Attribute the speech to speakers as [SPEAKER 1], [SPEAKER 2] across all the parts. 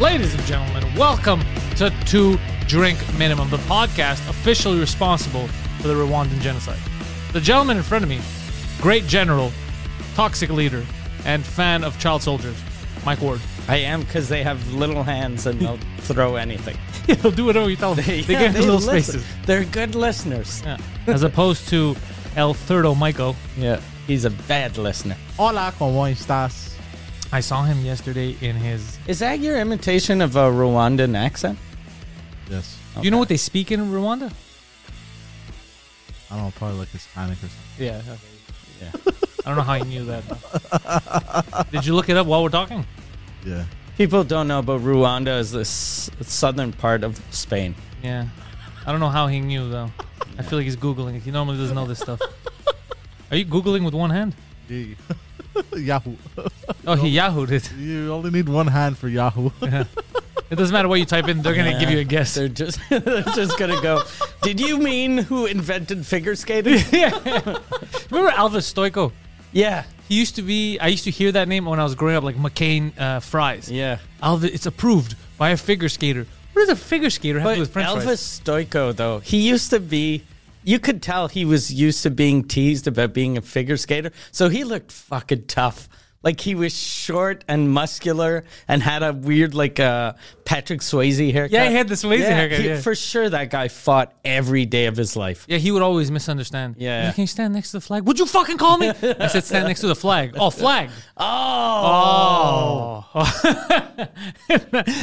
[SPEAKER 1] Ladies and gentlemen, welcome to Two Drink Minimum, the podcast officially responsible for the Rwandan genocide. The gentleman in front of me, great general, toxic leader, and fan of child soldiers, Mike Ward.
[SPEAKER 2] I am because they have little hands and they'll throw anything.
[SPEAKER 1] They'll do whatever you tell them. They,
[SPEAKER 2] Yeah,
[SPEAKER 1] get into little
[SPEAKER 2] listen.
[SPEAKER 1] spaces.
[SPEAKER 2] They're good listeners.
[SPEAKER 1] Yeah. As opposed to El Thirdo Michael.
[SPEAKER 2] Yeah. He's a bad listener.
[SPEAKER 3] Hola, ¿cómo estás?
[SPEAKER 1] I saw him yesterday in his.
[SPEAKER 2] Is that your imitation of a Rwandan accent?
[SPEAKER 3] Yes.
[SPEAKER 1] Do you know what they speak in Rwanda?
[SPEAKER 3] I don't know, probably like Hispanic or something.
[SPEAKER 1] Yeah. Okay. Yeah. I don't know how you knew that. Did you look it up while we're talking?
[SPEAKER 3] Yeah.
[SPEAKER 2] People don't know, but Rwanda is the s- southern part of Spain.
[SPEAKER 1] Yeah. I don't know how he knew though. I feel like he's googling. He normally doesn't know this stuff. Are you googling with one hand?
[SPEAKER 3] Gee. Yahoo.
[SPEAKER 1] Oh, he yahooed it.
[SPEAKER 3] You only need one hand for Yahoo.
[SPEAKER 1] It doesn't matter what you type in; they're gonna give you a guess.
[SPEAKER 2] They're just they're just gonna go. Did you mean who invented figure skating?
[SPEAKER 1] Remember Alvis Stoiko?
[SPEAKER 2] yeah,
[SPEAKER 1] He used to be. I used to hear that name when I was growing up, like McCain uh, fries.
[SPEAKER 2] yeah.
[SPEAKER 1] Alvis, it's approved by a figure skater. What does a figure skater have to
[SPEAKER 2] But
[SPEAKER 1] do with French fries?
[SPEAKER 2] Elvis Stoiko, though, he used to be. You could tell he was used to being teased about being a figure skater, so he looked fucking tough. Like he was short and muscular and had a weird like uh, Patrick Swayze haircut.
[SPEAKER 1] Yeah, he had the Swayze haircut,
[SPEAKER 2] he-
[SPEAKER 1] yeah.
[SPEAKER 2] For sure, that guy fought every day of his life.
[SPEAKER 1] Yeah, he would always misunderstand.
[SPEAKER 2] Yeah.
[SPEAKER 1] Hey, can you stand next to the flag? Would you fucking call me? I said, stand next to the flag. Oh, flag.
[SPEAKER 2] Oh,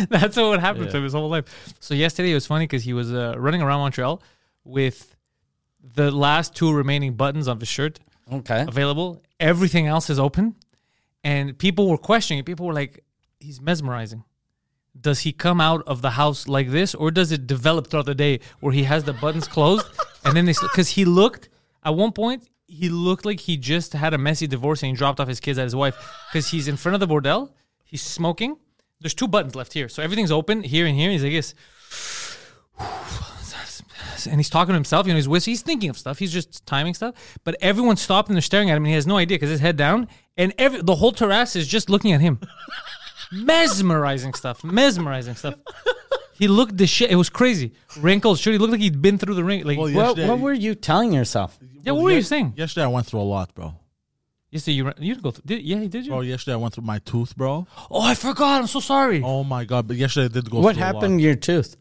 [SPEAKER 1] That's what would happen to him his whole life. So yesterday it was funny because he was uh, running around Montreal with the last two remaining buttons of his shirt Oh.
[SPEAKER 2] okay.
[SPEAKER 1] available. Everything else is open, and people were questioning. it. People were like, "He's mesmerizing. Does he come out of the house like this, or does it develop throughout the day where he has the buttons closed and then they?" Because he looked at one point. He looked like he just had a messy divorce and he dropped off his kids at his wife because he's in front of the bordel. He's smoking. There's two buttons left here, so everything's open here and here. He's like this. and he's talking to himself. You know, he's whistling. He's thinking of stuff. He's just timing stuff. But everyone stopped and they're staring at him, and he has no idea because his head down, and every the whole terrace is just looking at him. mesmerizing stuff. Mesmerizing stuff. He looked the shit. It was crazy. Wrinkled. Sure, he looked like he'd been through the ring. Like,
[SPEAKER 3] Well,
[SPEAKER 2] What,
[SPEAKER 3] Yesterday-
[SPEAKER 2] what were you telling yourself?
[SPEAKER 1] yeah. What were you saying?
[SPEAKER 3] yesterday I went through a lot, bro.
[SPEAKER 1] Yesterday you ran- you didn't go. Through, did, yeah, did you?
[SPEAKER 3] Bro, yesterday I went through my tooth, bro.
[SPEAKER 1] oh, I forgot. I'm so sorry.
[SPEAKER 3] Oh my god! But yesterday I did go.
[SPEAKER 2] What
[SPEAKER 3] through a lot.
[SPEAKER 2] happened to your tooth?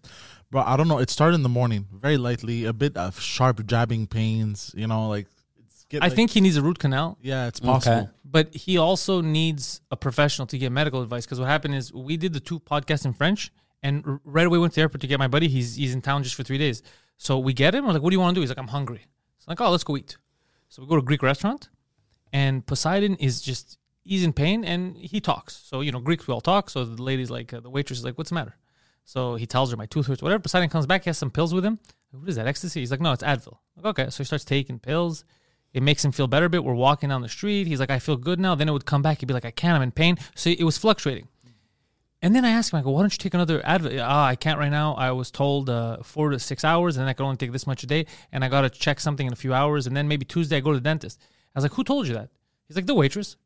[SPEAKER 3] bro? I don't know. It started in the morning, very lightly, a bit of sharp jabbing pains. You know, like it's get.
[SPEAKER 1] I
[SPEAKER 3] like-
[SPEAKER 1] think he needs a root canal.
[SPEAKER 3] Yeah, it's possible.
[SPEAKER 1] but he also needs a professional to get medical advice because what happened is we did the two podcasts in French and r- right away went to the airport to get my buddy. He's he's in town just for three days, so we get him. We're like, "What do you want to do?" He's like, "I'm hungry." It's like, "Oh, let's go eat." So we go to a Greek restaurant, and Poseidon is just he's in pain and he talks. So you know Greeks we all talk. So the lady's like uh, the waitress is like, "What's the matter?" So he tells her my tooth hurts, whatever. Poseidon comes back, he has some pills with him. What is that, ecstasy? He's like, no, it's Advil. Like, okay. So he starts taking pills. It makes him feel better a bit. We're walking down the street. He's like, I feel good now. Then it would come back. He'd be like, I can't, I'm in pain. So it was fluctuating. And then I asked him, I go, why don't you take another Advil? Ah, I can't right now. I was told uh, four to six hours, and I could only take this much a day. And I got to check something in a few hours. And then maybe Tuesday, I go to the dentist. I was like, who told you that? He's like, the waitress.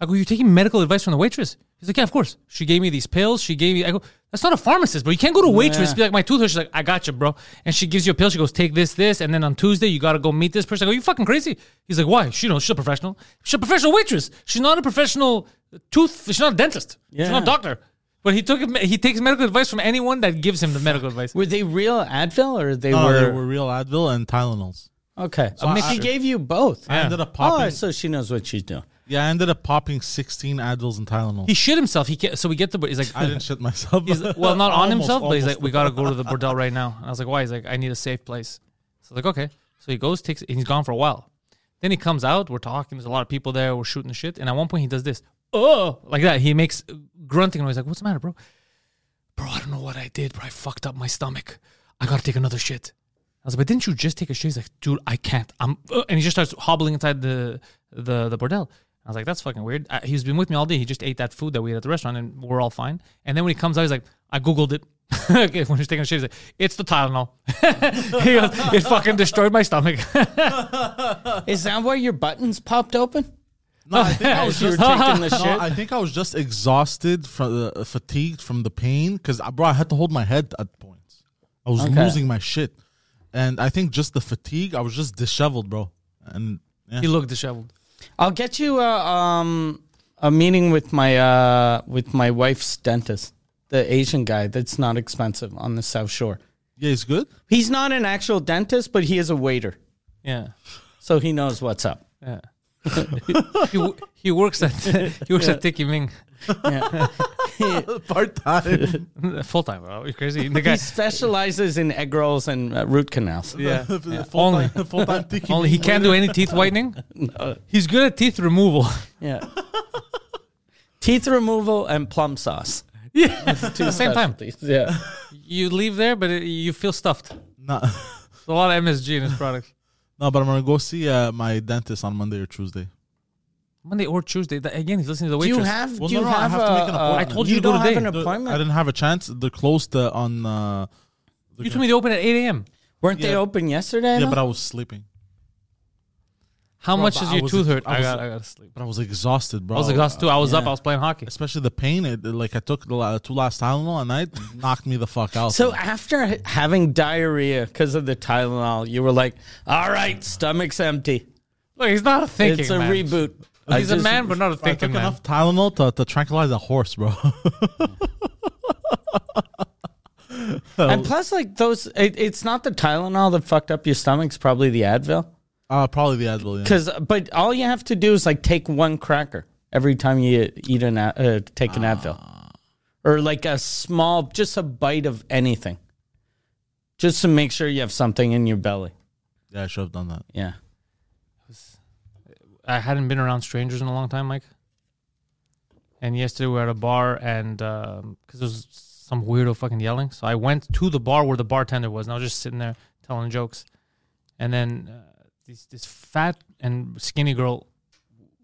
[SPEAKER 1] I go, you're taking medical advice from the waitress? He's like, yeah, of course. She gave me these pills. She gave me. I go, that's not a pharmacist, bro. You can't go to a waitress. Be like, my tooth hurts. She's like, I got you, bro. And she gives you a pill. She goes, take this, this, and then on Tuesday you gotta go meet this person. I go, you fucking crazy? He's like, why? She knows she's a professional. She's a professional waitress. She's not a professional tooth. She's not a dentist. She's not a
[SPEAKER 2] Yeah.
[SPEAKER 1] doctor. But he took he takes medical advice from anyone that gives him the medical advice.
[SPEAKER 2] Were they real Advil or they
[SPEAKER 3] No,
[SPEAKER 2] were?
[SPEAKER 3] there were real Advil and Tylenols.
[SPEAKER 2] Okay.
[SPEAKER 3] I-
[SPEAKER 2] she gave you both.
[SPEAKER 3] I ended up
[SPEAKER 2] Oh,
[SPEAKER 3] popping.
[SPEAKER 2] so she knows what she's doing.
[SPEAKER 3] Yeah, I ended up popping 16 Advils and Tylenol.
[SPEAKER 1] He shit himself. He ca so we get the. He's like,
[SPEAKER 3] I didn't shit myself.
[SPEAKER 1] He's like- well, not on
[SPEAKER 3] Almost,
[SPEAKER 1] himself, but he's
[SPEAKER 3] almost.
[SPEAKER 1] like, we gotta go to the bordel right now. And I was like, why? He's like, I need a safe place. So I was like, okay. So he goes, takes, and he's gone for a while. Then he comes out. We're talking. There's a lot of people there. We're shooting the shit. And at one point, he does this, oh, like that. He makes grunting noise. Like, what's the matter, bro? Bro, I don't know what I did, bro. I fucked up my stomach. I gotta take another shit. I was like, but didn't you just take a shit? He's like, dude, I can't. I'm, uh," and he just starts hobbling inside the the the bordel. I was like, that's fucking weird. Uh, he's been with me all day. He just ate that food that we had at the restaurant, and we're all fine. And then when he comes out, he's like, I googled it. okay, when he's taking a shit, he's like, it's the Tylenol. he goes, it fucking destroyed my stomach.
[SPEAKER 2] Is that why your buttons popped open?
[SPEAKER 3] no, I think I was
[SPEAKER 2] You were
[SPEAKER 3] just
[SPEAKER 2] taking the
[SPEAKER 3] No,
[SPEAKER 2] shit.
[SPEAKER 3] I think I was just exhausted from the fatigued from the pain because bro, I had to hold my head at points. I was
[SPEAKER 2] Okay.
[SPEAKER 3] losing my shit, and I think just the fatigue. I was just disheveled, bro. And yeah.
[SPEAKER 1] he looked disheveled.
[SPEAKER 2] I'll get you a um a meeting with my uh with my wife's dentist, the Asian guy that's not expensive on the South Shore.
[SPEAKER 3] yeah, it's good.
[SPEAKER 2] He's not an actual dentist, but he is a waiter,
[SPEAKER 1] Yeah.
[SPEAKER 2] so he knows what's up.
[SPEAKER 1] Yeah. he, wo- he works at he works at Tiki Ming
[SPEAKER 3] Part time.
[SPEAKER 1] full time. Bro, you crazy. The guy
[SPEAKER 2] He specializes in egg rolls and uh, root canals.
[SPEAKER 1] yeah, yeah.
[SPEAKER 3] Only
[SPEAKER 1] only
[SPEAKER 3] full time tiki.
[SPEAKER 1] only he
[SPEAKER 3] meat.
[SPEAKER 1] can't do any teeth whitening. He's good at teeth removal.
[SPEAKER 2] Yeah. Teeth removal and plum sauce.
[SPEAKER 1] Yeah, same time.
[SPEAKER 2] Specialties, Yeah.
[SPEAKER 1] You leave there, but it, you feel stuffed. There's
[SPEAKER 3] No,
[SPEAKER 1] a lot of MSG in his product.
[SPEAKER 3] no, but I'm gonna go see uh, my dentist on Monday or Tuesday.
[SPEAKER 1] Monday or Tuesday. That, again, he's listening to the
[SPEAKER 2] Do
[SPEAKER 1] waitress.
[SPEAKER 2] you have?
[SPEAKER 3] Well,
[SPEAKER 2] do
[SPEAKER 3] no,
[SPEAKER 2] you
[SPEAKER 3] no, I
[SPEAKER 2] have,
[SPEAKER 3] have to
[SPEAKER 2] a- a-
[SPEAKER 3] make an appointment. I
[SPEAKER 1] told you to go
[SPEAKER 2] don't
[SPEAKER 1] today.
[SPEAKER 2] have an
[SPEAKER 1] Do- uh, I
[SPEAKER 3] I
[SPEAKER 2] appointment.
[SPEAKER 3] didn't have a chance. They're closed uh, on. Uh,
[SPEAKER 1] You told me they open at 8 a.m.
[SPEAKER 2] Weren't they
[SPEAKER 3] Yeah.
[SPEAKER 2] open yesterday?
[SPEAKER 3] yeah,
[SPEAKER 2] though?
[SPEAKER 3] but I was sleeping.
[SPEAKER 1] How much
[SPEAKER 3] but
[SPEAKER 1] does
[SPEAKER 3] I
[SPEAKER 1] your
[SPEAKER 3] was-
[SPEAKER 1] tooth hurt?
[SPEAKER 3] I
[SPEAKER 1] I,
[SPEAKER 3] was-
[SPEAKER 1] got, I got to sleep.
[SPEAKER 3] But I was exhausted,
[SPEAKER 1] I
[SPEAKER 3] bro.
[SPEAKER 1] was exhausted too. I was up.
[SPEAKER 3] yeah.
[SPEAKER 1] I was playing hockey.
[SPEAKER 3] especially the pain. It, like I took the la- two last Tylenol and I knocked me the fuck out.
[SPEAKER 2] So after h- having diarrhea because of the Tylenol, you were like, "All right, stomach's empty.
[SPEAKER 1] Look, he's not a thinking
[SPEAKER 2] it's a
[SPEAKER 1] man.
[SPEAKER 2] reboot." I
[SPEAKER 1] He's a
[SPEAKER 2] just-
[SPEAKER 1] man, but not a
[SPEAKER 3] I took
[SPEAKER 1] thinking man.
[SPEAKER 3] enough Tylenol to, to tranquilize a horse, bro.
[SPEAKER 2] And plus, like those, it, it's not the Tylenol that fucked up your stomach. It's probably the Advil.
[SPEAKER 3] uh, probably the Advil. Yeah.
[SPEAKER 2] Because, but all you have to do is like take one cracker every time you eat an Ad- uh, take an Advil, or like a small, just a bite of anything, just to make sure you have something in your belly.
[SPEAKER 3] yeah, I should have done that.
[SPEAKER 2] Yeah.
[SPEAKER 1] I hadn't been around strangers in a long time, Mike. And yesterday we were at a bar, and because there was some weirdo fucking yelling, so I went to the bar where the bartender was, and I was just sitting there telling jokes. And then uh, this this fat and skinny girl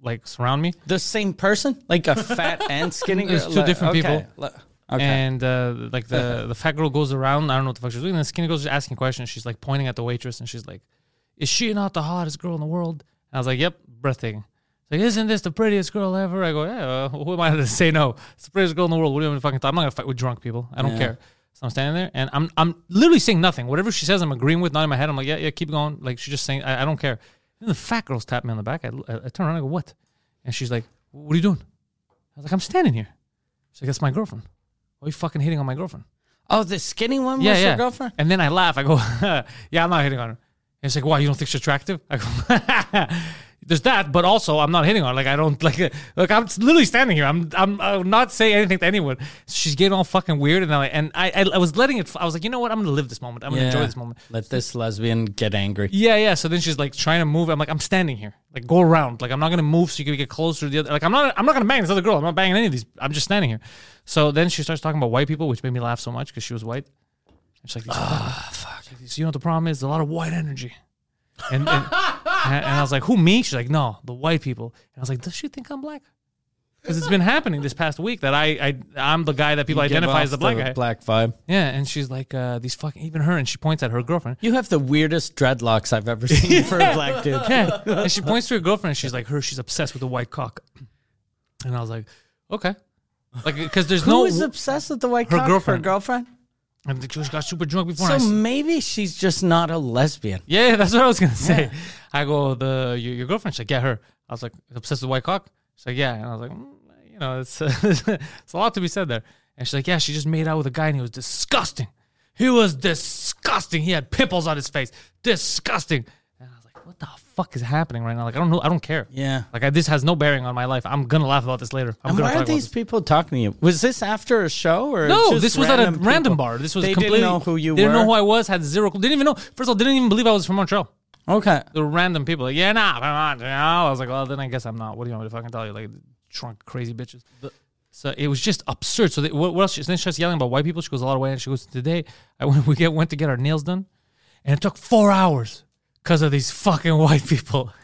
[SPEAKER 1] like surround me,
[SPEAKER 2] The same person, like a fat and skinny.
[SPEAKER 1] It's
[SPEAKER 2] girl?
[SPEAKER 1] two
[SPEAKER 2] Like,
[SPEAKER 1] different
[SPEAKER 2] okay.
[SPEAKER 1] people.
[SPEAKER 2] Like, Okay.
[SPEAKER 1] and uh, like the the fat girl goes around. I don't know what the fuck she's doing. And the skinny girl's just asking questions. She's like pointing at the waitress, and she's like, "Is she not the hottest girl in the world?" And I was like, "Yep, breathing." She's like, isn't this the prettiest girl ever? I go, yeah. Uh, who am I to say no? It's the prettiest girl in the world. What do you want me to fucking talk? I'm not gonna fight with drunk people. I don't care. So I'm standing there, and I'm I'm literally saying nothing. Whatever she says, I'm agreeing with. Not in my head. I'm like, yeah, yeah, keep going. Like she's just saying, I, I don't care. Then the fat girl's tapped me on the back. I, I, I turn around. I go, what? And she's like, what are you doing? I was like, I'm standing here. She's like, that's my girlfriend. Why are you fucking hitting on my girlfriend?
[SPEAKER 2] Oh, the skinny one
[SPEAKER 1] yeah,
[SPEAKER 2] was
[SPEAKER 1] yeah.
[SPEAKER 2] your girlfriend?
[SPEAKER 1] And then I laugh. I go, yeah, I'm not hitting on her. And she's like, why? You don't think she's attractive? I go, there's that, but also I'm not hitting on her. Like I don't like, uh, like I'm literally standing here. I'm, I'm, i will not saying anything to anyone. She's getting all fucking weird, and I and I, I, I was letting it. f- I was like, you know what? I'm gonna live this moment. I'm gonna enjoy this moment.
[SPEAKER 2] Let this lesbian get angry.
[SPEAKER 1] Yeah, yeah. So then she's like trying to move. I'm like, I'm standing here. Like go around. Like I'm not gonna move so you can get closer to the other. Like I'm not. I'm not gonna bang this other girl. I'm not banging any of these. I'm just standing here. So then she starts talking about white people, which made me laugh so much because she was white. And she's like, ah, fuck. She's like, "So you know what the problem is? There's a lot of white energy. And, and, and I was like, who me? She's like, no, the white people. And I was like, does she think I'm black? Because it's been happening this past week that I, I I'm the guy that people
[SPEAKER 2] Give
[SPEAKER 1] identify
[SPEAKER 2] off
[SPEAKER 1] as the black guy.
[SPEAKER 2] Black vibe.
[SPEAKER 1] Yeah, and she's like, uh, these fucking even her, and she points at her girlfriend.
[SPEAKER 2] You have the weirdest dreadlocks I've ever seen for a black dude.
[SPEAKER 1] Yeah. And she points to her girlfriend and she's like, her, she's obsessed with the white cock. And I was like, okay. Like, because there's
[SPEAKER 2] Who
[SPEAKER 1] no.
[SPEAKER 2] is obsessed with the white
[SPEAKER 1] Her
[SPEAKER 2] cock?
[SPEAKER 1] girlfriend.
[SPEAKER 2] Her girlfriend?
[SPEAKER 1] and she got super drunk before.
[SPEAKER 2] So
[SPEAKER 1] and I s-
[SPEAKER 2] maybe she's just not a lesbian.
[SPEAKER 1] yeah, yeah, that's what I was going to say. I go, the your, your girlfriend? She's like, yeah, her. I was like, obsessed with white cock? She's like, yeah. And I was like, mm, you know, it's, it's a lot to be said there. And she's like, yeah, she just made out with a guy and he was disgusting. He was disgusting. He had pimples on his face. Disgusting. And I was like, what what the fuck is happening right now? Like, I don't know. I don't care.
[SPEAKER 2] Yeah.
[SPEAKER 1] Like, I, this has no bearing on my life. I'm gonna laugh about this later. I'm
[SPEAKER 2] And
[SPEAKER 1] gonna
[SPEAKER 2] why
[SPEAKER 1] talk
[SPEAKER 2] are
[SPEAKER 1] about
[SPEAKER 2] these
[SPEAKER 1] this.
[SPEAKER 2] people talking to you? Was this after a show or
[SPEAKER 1] No,
[SPEAKER 2] just
[SPEAKER 1] this was at a
[SPEAKER 2] random
[SPEAKER 1] random
[SPEAKER 2] people?
[SPEAKER 1] bar. This was
[SPEAKER 2] they
[SPEAKER 1] completely.
[SPEAKER 2] didn't know who you
[SPEAKER 1] Didn't
[SPEAKER 2] were.
[SPEAKER 1] know who I was. Had zero. Didn't even know. First of all, didn't even believe I was from Montreal.
[SPEAKER 2] Okay,
[SPEAKER 1] The random people. Like, yeah, nah, I'm not. you know? I was like, well, then I guess I'm not. What do you want me to fucking tell you? Like, drunk, crazy bitches. so it was just absurd. So they, what, what else? She, then she starts yelling about white people. She goes a lot of way, and she goes, today I went, we get, went to get our nails done, and it took four hours because of these fucking white people.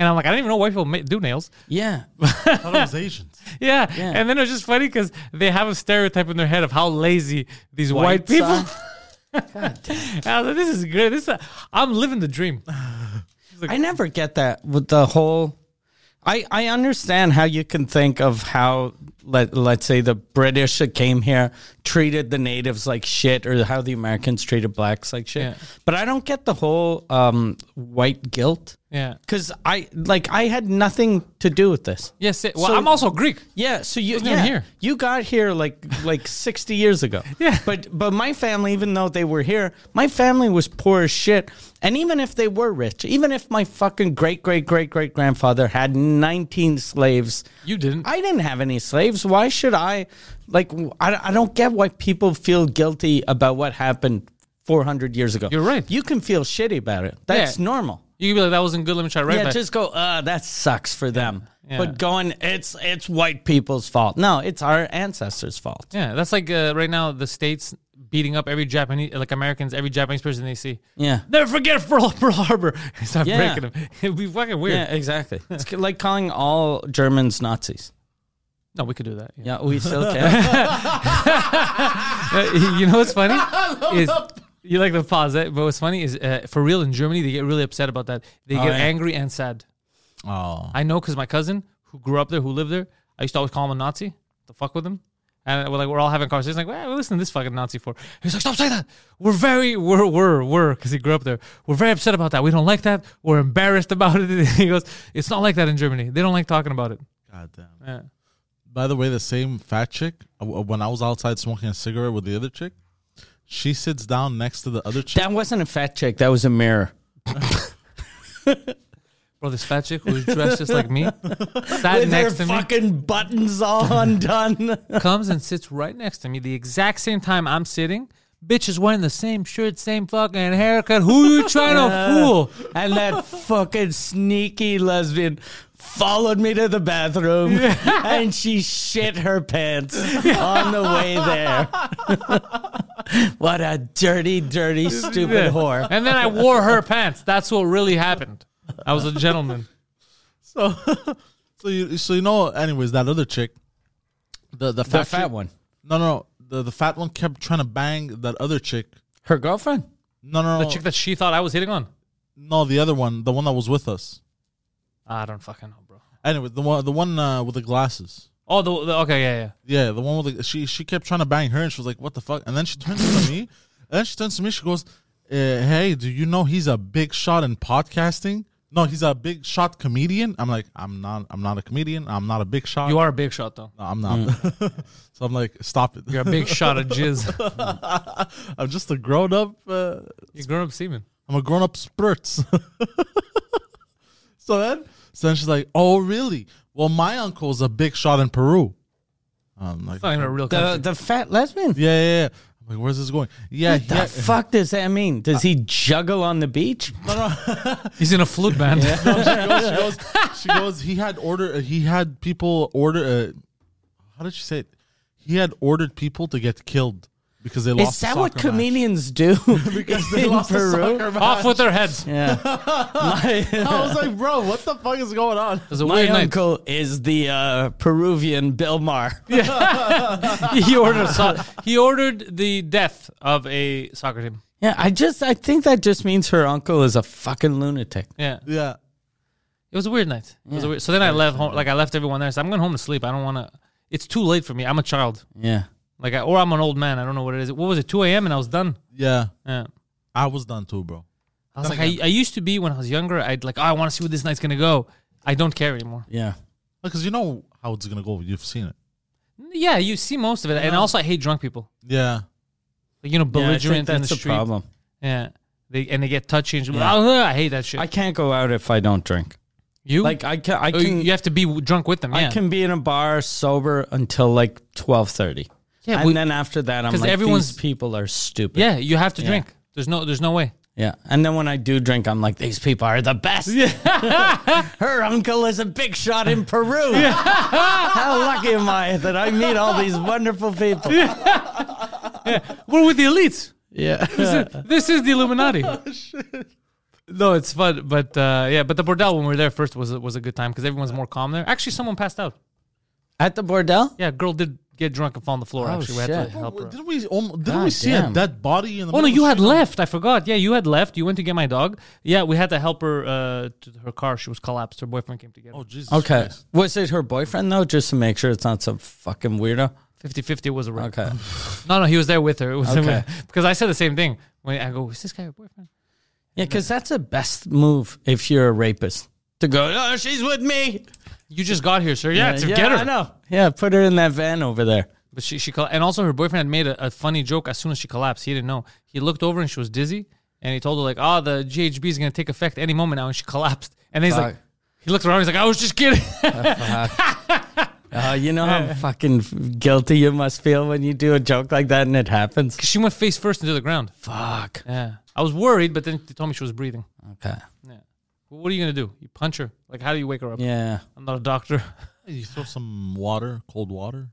[SPEAKER 1] And I'm like, I didn't even know white people ma- do nails.
[SPEAKER 2] yeah,
[SPEAKER 3] I thought it was Asians.
[SPEAKER 1] Yeah.
[SPEAKER 2] Yeah.
[SPEAKER 1] And then it was just funny because they have a stereotype in their head of how lazy these white, people.
[SPEAKER 2] Sox.
[SPEAKER 1] I was like, this is great. This is a, I'm living the dream.
[SPEAKER 2] I never get that with the whole. I I understand how you can think of how let let's say the British that came here treated the natives like shit, or how the Americans treated blacks like shit.
[SPEAKER 1] Yeah.
[SPEAKER 2] But I don't get the whole um, white guilt
[SPEAKER 1] Yeah.
[SPEAKER 2] because I like I had nothing to do with this.
[SPEAKER 1] Yes. it- well,
[SPEAKER 2] So-
[SPEAKER 1] I'm also Greek.
[SPEAKER 2] Yeah, so you
[SPEAKER 1] Wasn't even
[SPEAKER 2] yeah,
[SPEAKER 1] here.
[SPEAKER 2] You got here like like sixty years ago.
[SPEAKER 1] Yeah.
[SPEAKER 2] But but my family, even though they were here, my family was poor as shit. And even if they were rich, even if my fucking great great great great grandfather had nineteen slaves,
[SPEAKER 1] You didn't.
[SPEAKER 2] I didn't have any slaves. Why should I? Like I, I don't get why people feel guilty about what happened four hundred years ago.
[SPEAKER 1] You're right.
[SPEAKER 2] You can feel shitty about it. That's
[SPEAKER 1] Yeah.
[SPEAKER 2] normal
[SPEAKER 1] you could be like, that wasn't good. Let me try right
[SPEAKER 2] yeah,
[SPEAKER 1] back.
[SPEAKER 2] just go. Uh, that sucks for them.
[SPEAKER 1] Yeah.
[SPEAKER 2] But going, it's it's white people's fault. No, it's our ancestors' fault.
[SPEAKER 1] yeah. That's like uh, right now the states beating up every Japanese, like Americans, every Japanese person they see.
[SPEAKER 2] Yeah.
[SPEAKER 1] Never forget Pearl, Pearl Harbor. Stop
[SPEAKER 2] Yeah.
[SPEAKER 1] breaking them. It'd be fucking weird.
[SPEAKER 2] Yeah, exactly. it's ca- like calling all Germans Nazis.
[SPEAKER 1] No, we could do that. yeah.
[SPEAKER 2] Yeah, we still can.
[SPEAKER 1] Uh, you know what's funny is you like to pause it, but what's funny is uh, for real in Germany they get really upset about that. They get
[SPEAKER 2] Oh, yeah.
[SPEAKER 1] angry and sad.
[SPEAKER 3] Oh,
[SPEAKER 1] I know because my cousin who grew up there, who lived there, I used to always call him a Nazi. To fuck with him, and we're like we're all having conversations like, well, listen to this fucking Nazi for. He's like, stop saying that. We're very we're we're we're because he grew up there. We're very upset about that. We don't like that. We're embarrassed about it. he goes, it's not like that in Germany. They don't like talking about it.
[SPEAKER 3] God damn.
[SPEAKER 1] Yeah.
[SPEAKER 3] By the way, the same fat chick, uh, w- when I was outside smoking a cigarette with the other chick, she sits down next to the other chick.
[SPEAKER 2] that wasn't a fat chick. That was a mirror.
[SPEAKER 1] Bro, this fat chick who's dressed just like me sat next to me.
[SPEAKER 2] buttons all undone.
[SPEAKER 1] comes and sits right next to me the exact same time I'm sitting. Bitch is wearing the same shirt, same fucking haircut. Who you trying to fool?
[SPEAKER 2] and that fucking sneaky lesbian followed me to the bathroom and she shit her pants on the way there. what a dirty, dirty, stupid whore.
[SPEAKER 1] And then I wore her pants. That's what really happened. I was a gentleman.
[SPEAKER 3] So, so you, so you know. Anyways, that other chick, the the fat,
[SPEAKER 2] The fat
[SPEAKER 3] chick-
[SPEAKER 2] one.
[SPEAKER 3] No, no, the the fat one kept trying to bang that other chick.
[SPEAKER 2] Her girlfriend?
[SPEAKER 3] No, no,
[SPEAKER 1] The
[SPEAKER 3] no,
[SPEAKER 1] chick that she thought I was hitting on.
[SPEAKER 3] no, the other one, the one that was with us.
[SPEAKER 1] Ah, I don't fucking know, bro.
[SPEAKER 3] Anyway, the one, the one uh, with the glasses.
[SPEAKER 1] Oh, the, the okay, yeah, yeah.
[SPEAKER 3] Yeah, the one with the, she she kept trying to bang her, and she was like, "What the fuck?" And then she turns to me, and then she turns to me, she goes, uh, "Hey, do you know he's a big shot in podcasting?" No, he's a big shot comedian. I'm like, I'm not. I'm not a comedian. I'm not a big shot.
[SPEAKER 1] You are a big shot though.
[SPEAKER 3] No, I'm not. so I'm like, stop it.
[SPEAKER 1] You're a big shot of jizz.
[SPEAKER 3] I'm just a grown up. Uh,
[SPEAKER 1] You're grown up semen.
[SPEAKER 3] I'm a grown up spurts. so then, so then she's like, "Oh, really? Well, my uncle's a big shot in Peru." I'm like,
[SPEAKER 1] It's not even a real
[SPEAKER 2] The,
[SPEAKER 1] country.
[SPEAKER 2] the fat lesbian?
[SPEAKER 3] yeah, yeah, yeah. I'm like, where's this going? Yeah,
[SPEAKER 2] What the
[SPEAKER 3] yeah.
[SPEAKER 2] fuck does that mean? Does he juggle on the beach?
[SPEAKER 1] He's in a flute band.
[SPEAKER 3] she goes, she goes, he had order, uh, he had people order, uh, how did she say it? He had ordered people to get killed because they lost.
[SPEAKER 2] Is
[SPEAKER 3] the
[SPEAKER 2] that what
[SPEAKER 3] soccer match.
[SPEAKER 2] comedians do?
[SPEAKER 3] Because they
[SPEAKER 2] in
[SPEAKER 3] lost the
[SPEAKER 2] Peru?
[SPEAKER 3] soccer Oh, match.
[SPEAKER 1] Off with their heads.
[SPEAKER 2] Yeah. My-
[SPEAKER 3] I was like, bro, what the fuck is going on?
[SPEAKER 1] It was a
[SPEAKER 2] My
[SPEAKER 1] weird night.
[SPEAKER 2] uncle is the uh, Peruvian Bill Maher.
[SPEAKER 1] He ordered so- he ordered the death of a soccer team.
[SPEAKER 2] Yeah, I just I think that just means her uncle is a fucking lunatic.
[SPEAKER 1] Yeah.
[SPEAKER 3] Yeah.
[SPEAKER 1] It was a weird night. It was a weird, so then I left home. Like I left everyone there. So I'm going home to sleep. I don't want to. It's too late for me. I'm a child.
[SPEAKER 2] Yeah.
[SPEAKER 1] Like I, or I'm an old man. I don't know what it is. What was it? 2 a.m. and I was done.
[SPEAKER 3] Yeah.
[SPEAKER 1] Yeah.
[SPEAKER 3] I was done too, bro.
[SPEAKER 1] I was like, I, I used to be when I was younger. I'd like, oh, I want to see where this night's gonna go. I don't care anymore.
[SPEAKER 2] Yeah.
[SPEAKER 3] Because you know how it's going to go. You've seen it.
[SPEAKER 1] Yeah, you see most of it, and also I hate drunk people.
[SPEAKER 3] Yeah.
[SPEAKER 1] Like you know,
[SPEAKER 2] Uh-huh. Yeah, I think
[SPEAKER 1] belligerent in the
[SPEAKER 2] that's a
[SPEAKER 1] street.
[SPEAKER 2] problem.
[SPEAKER 1] Yeah. They and they get touchy and she's like, "Ah, I hate that shit.
[SPEAKER 2] I can't go out if I don't drink.
[SPEAKER 1] you
[SPEAKER 2] Like I can, I
[SPEAKER 1] Oh, you-
[SPEAKER 2] can,
[SPEAKER 1] you have to be w- drunk with them. Yeah.
[SPEAKER 2] I can be in a bar sober until like twelve thirty.
[SPEAKER 1] Yeah,
[SPEAKER 2] and
[SPEAKER 1] we-
[SPEAKER 2] then after that, I'm
[SPEAKER 1] 'cause
[SPEAKER 2] like,
[SPEAKER 1] everyone's-
[SPEAKER 2] these people are stupid.
[SPEAKER 1] yeah, you have to drink. There's no there's no way.
[SPEAKER 2] yeah. And then when I do drink, I'm like, these people are the best. Her uncle is a big shot in Peru. How lucky am I that I meet all these wonderful people?
[SPEAKER 1] We're with the elites.
[SPEAKER 2] yeah.
[SPEAKER 1] this is the Illuminati.
[SPEAKER 2] Oh,
[SPEAKER 1] No, it's fun, but uh, yeah, but the bordel when we were there first was a- was a good time because everyone's more calm there. Actually, someone passed out.
[SPEAKER 2] At the bordel?
[SPEAKER 1] Yeah, girl did get drunk and fall on the floor.
[SPEAKER 2] Oh,
[SPEAKER 1] actually, we had
[SPEAKER 2] shit.
[SPEAKER 1] to help her. out.
[SPEAKER 3] Didn't we? Almost, didn't
[SPEAKER 2] God
[SPEAKER 3] we see
[SPEAKER 2] damn.
[SPEAKER 3] a dead body in the?
[SPEAKER 1] Oh no,
[SPEAKER 3] middle
[SPEAKER 1] you
[SPEAKER 3] of
[SPEAKER 1] had
[SPEAKER 3] the street?
[SPEAKER 1] left. I forgot. Yeah, you had left. You went to get my dog. Yeah, we had to help her uh, to her car. She was collapsed. Her boyfriend came to get her.
[SPEAKER 3] Oh Jesus.
[SPEAKER 2] Okay.
[SPEAKER 3] Christ.
[SPEAKER 2] Was it her boyfriend though? Just to make sure it's not some fucking weirdo.
[SPEAKER 1] 50-50 was a wreck.
[SPEAKER 2] Okay.
[SPEAKER 1] No, no, he was there with her. It was
[SPEAKER 2] Okay.
[SPEAKER 1] because I said the same thing. When I go, is this guy your boyfriend?
[SPEAKER 2] Yeah, because that's the best move if you're a rapist to go. Oh, she's with me.
[SPEAKER 1] You just got here, sir. Yeah, to get her.
[SPEAKER 2] I know. Yeah, put her in that van over there.
[SPEAKER 1] But she she colla- and also her boyfriend had made a, a funny joke as soon as she collapsed. He didn't know. He looked over and she was dizzy, and he told her like, "Ah, the GHB is gonna take effect any moment now." And she collapsed. And he's like,
[SPEAKER 2] Fuck.
[SPEAKER 1] he looked around. He's like, "I was just kidding."
[SPEAKER 2] Oh, you know how fucking guilty you must feel when you do a joke like that and it happens.
[SPEAKER 1] she went face first into the ground.
[SPEAKER 2] Fuck.
[SPEAKER 1] Yeah, I was worried, but then they told me she was breathing.
[SPEAKER 2] Okay.
[SPEAKER 1] Well, what are you gonna do? You punch her? Like, how do you wake her up?
[SPEAKER 2] Yeah.
[SPEAKER 1] I'm not a doctor.
[SPEAKER 3] You throw some water, cold water.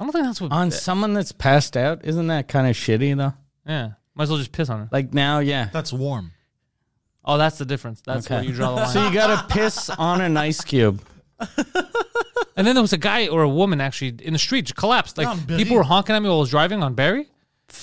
[SPEAKER 1] I don't think that's what.
[SPEAKER 2] On someone that's passed out, isn't that kind of shitty though?
[SPEAKER 1] yeah, might as well just piss on her.
[SPEAKER 2] Like now, yeah.
[SPEAKER 3] That's warm.
[SPEAKER 1] Oh, that's the difference. That's
[SPEAKER 2] Okay.
[SPEAKER 1] where you draw the line.
[SPEAKER 2] So you gotta piss on an ice cube.
[SPEAKER 1] and then there was a guy or a woman actually in the street just collapsed. Like
[SPEAKER 3] Yeah, on
[SPEAKER 1] people
[SPEAKER 3] Berry.
[SPEAKER 1] were honking at me while I was driving on Barry,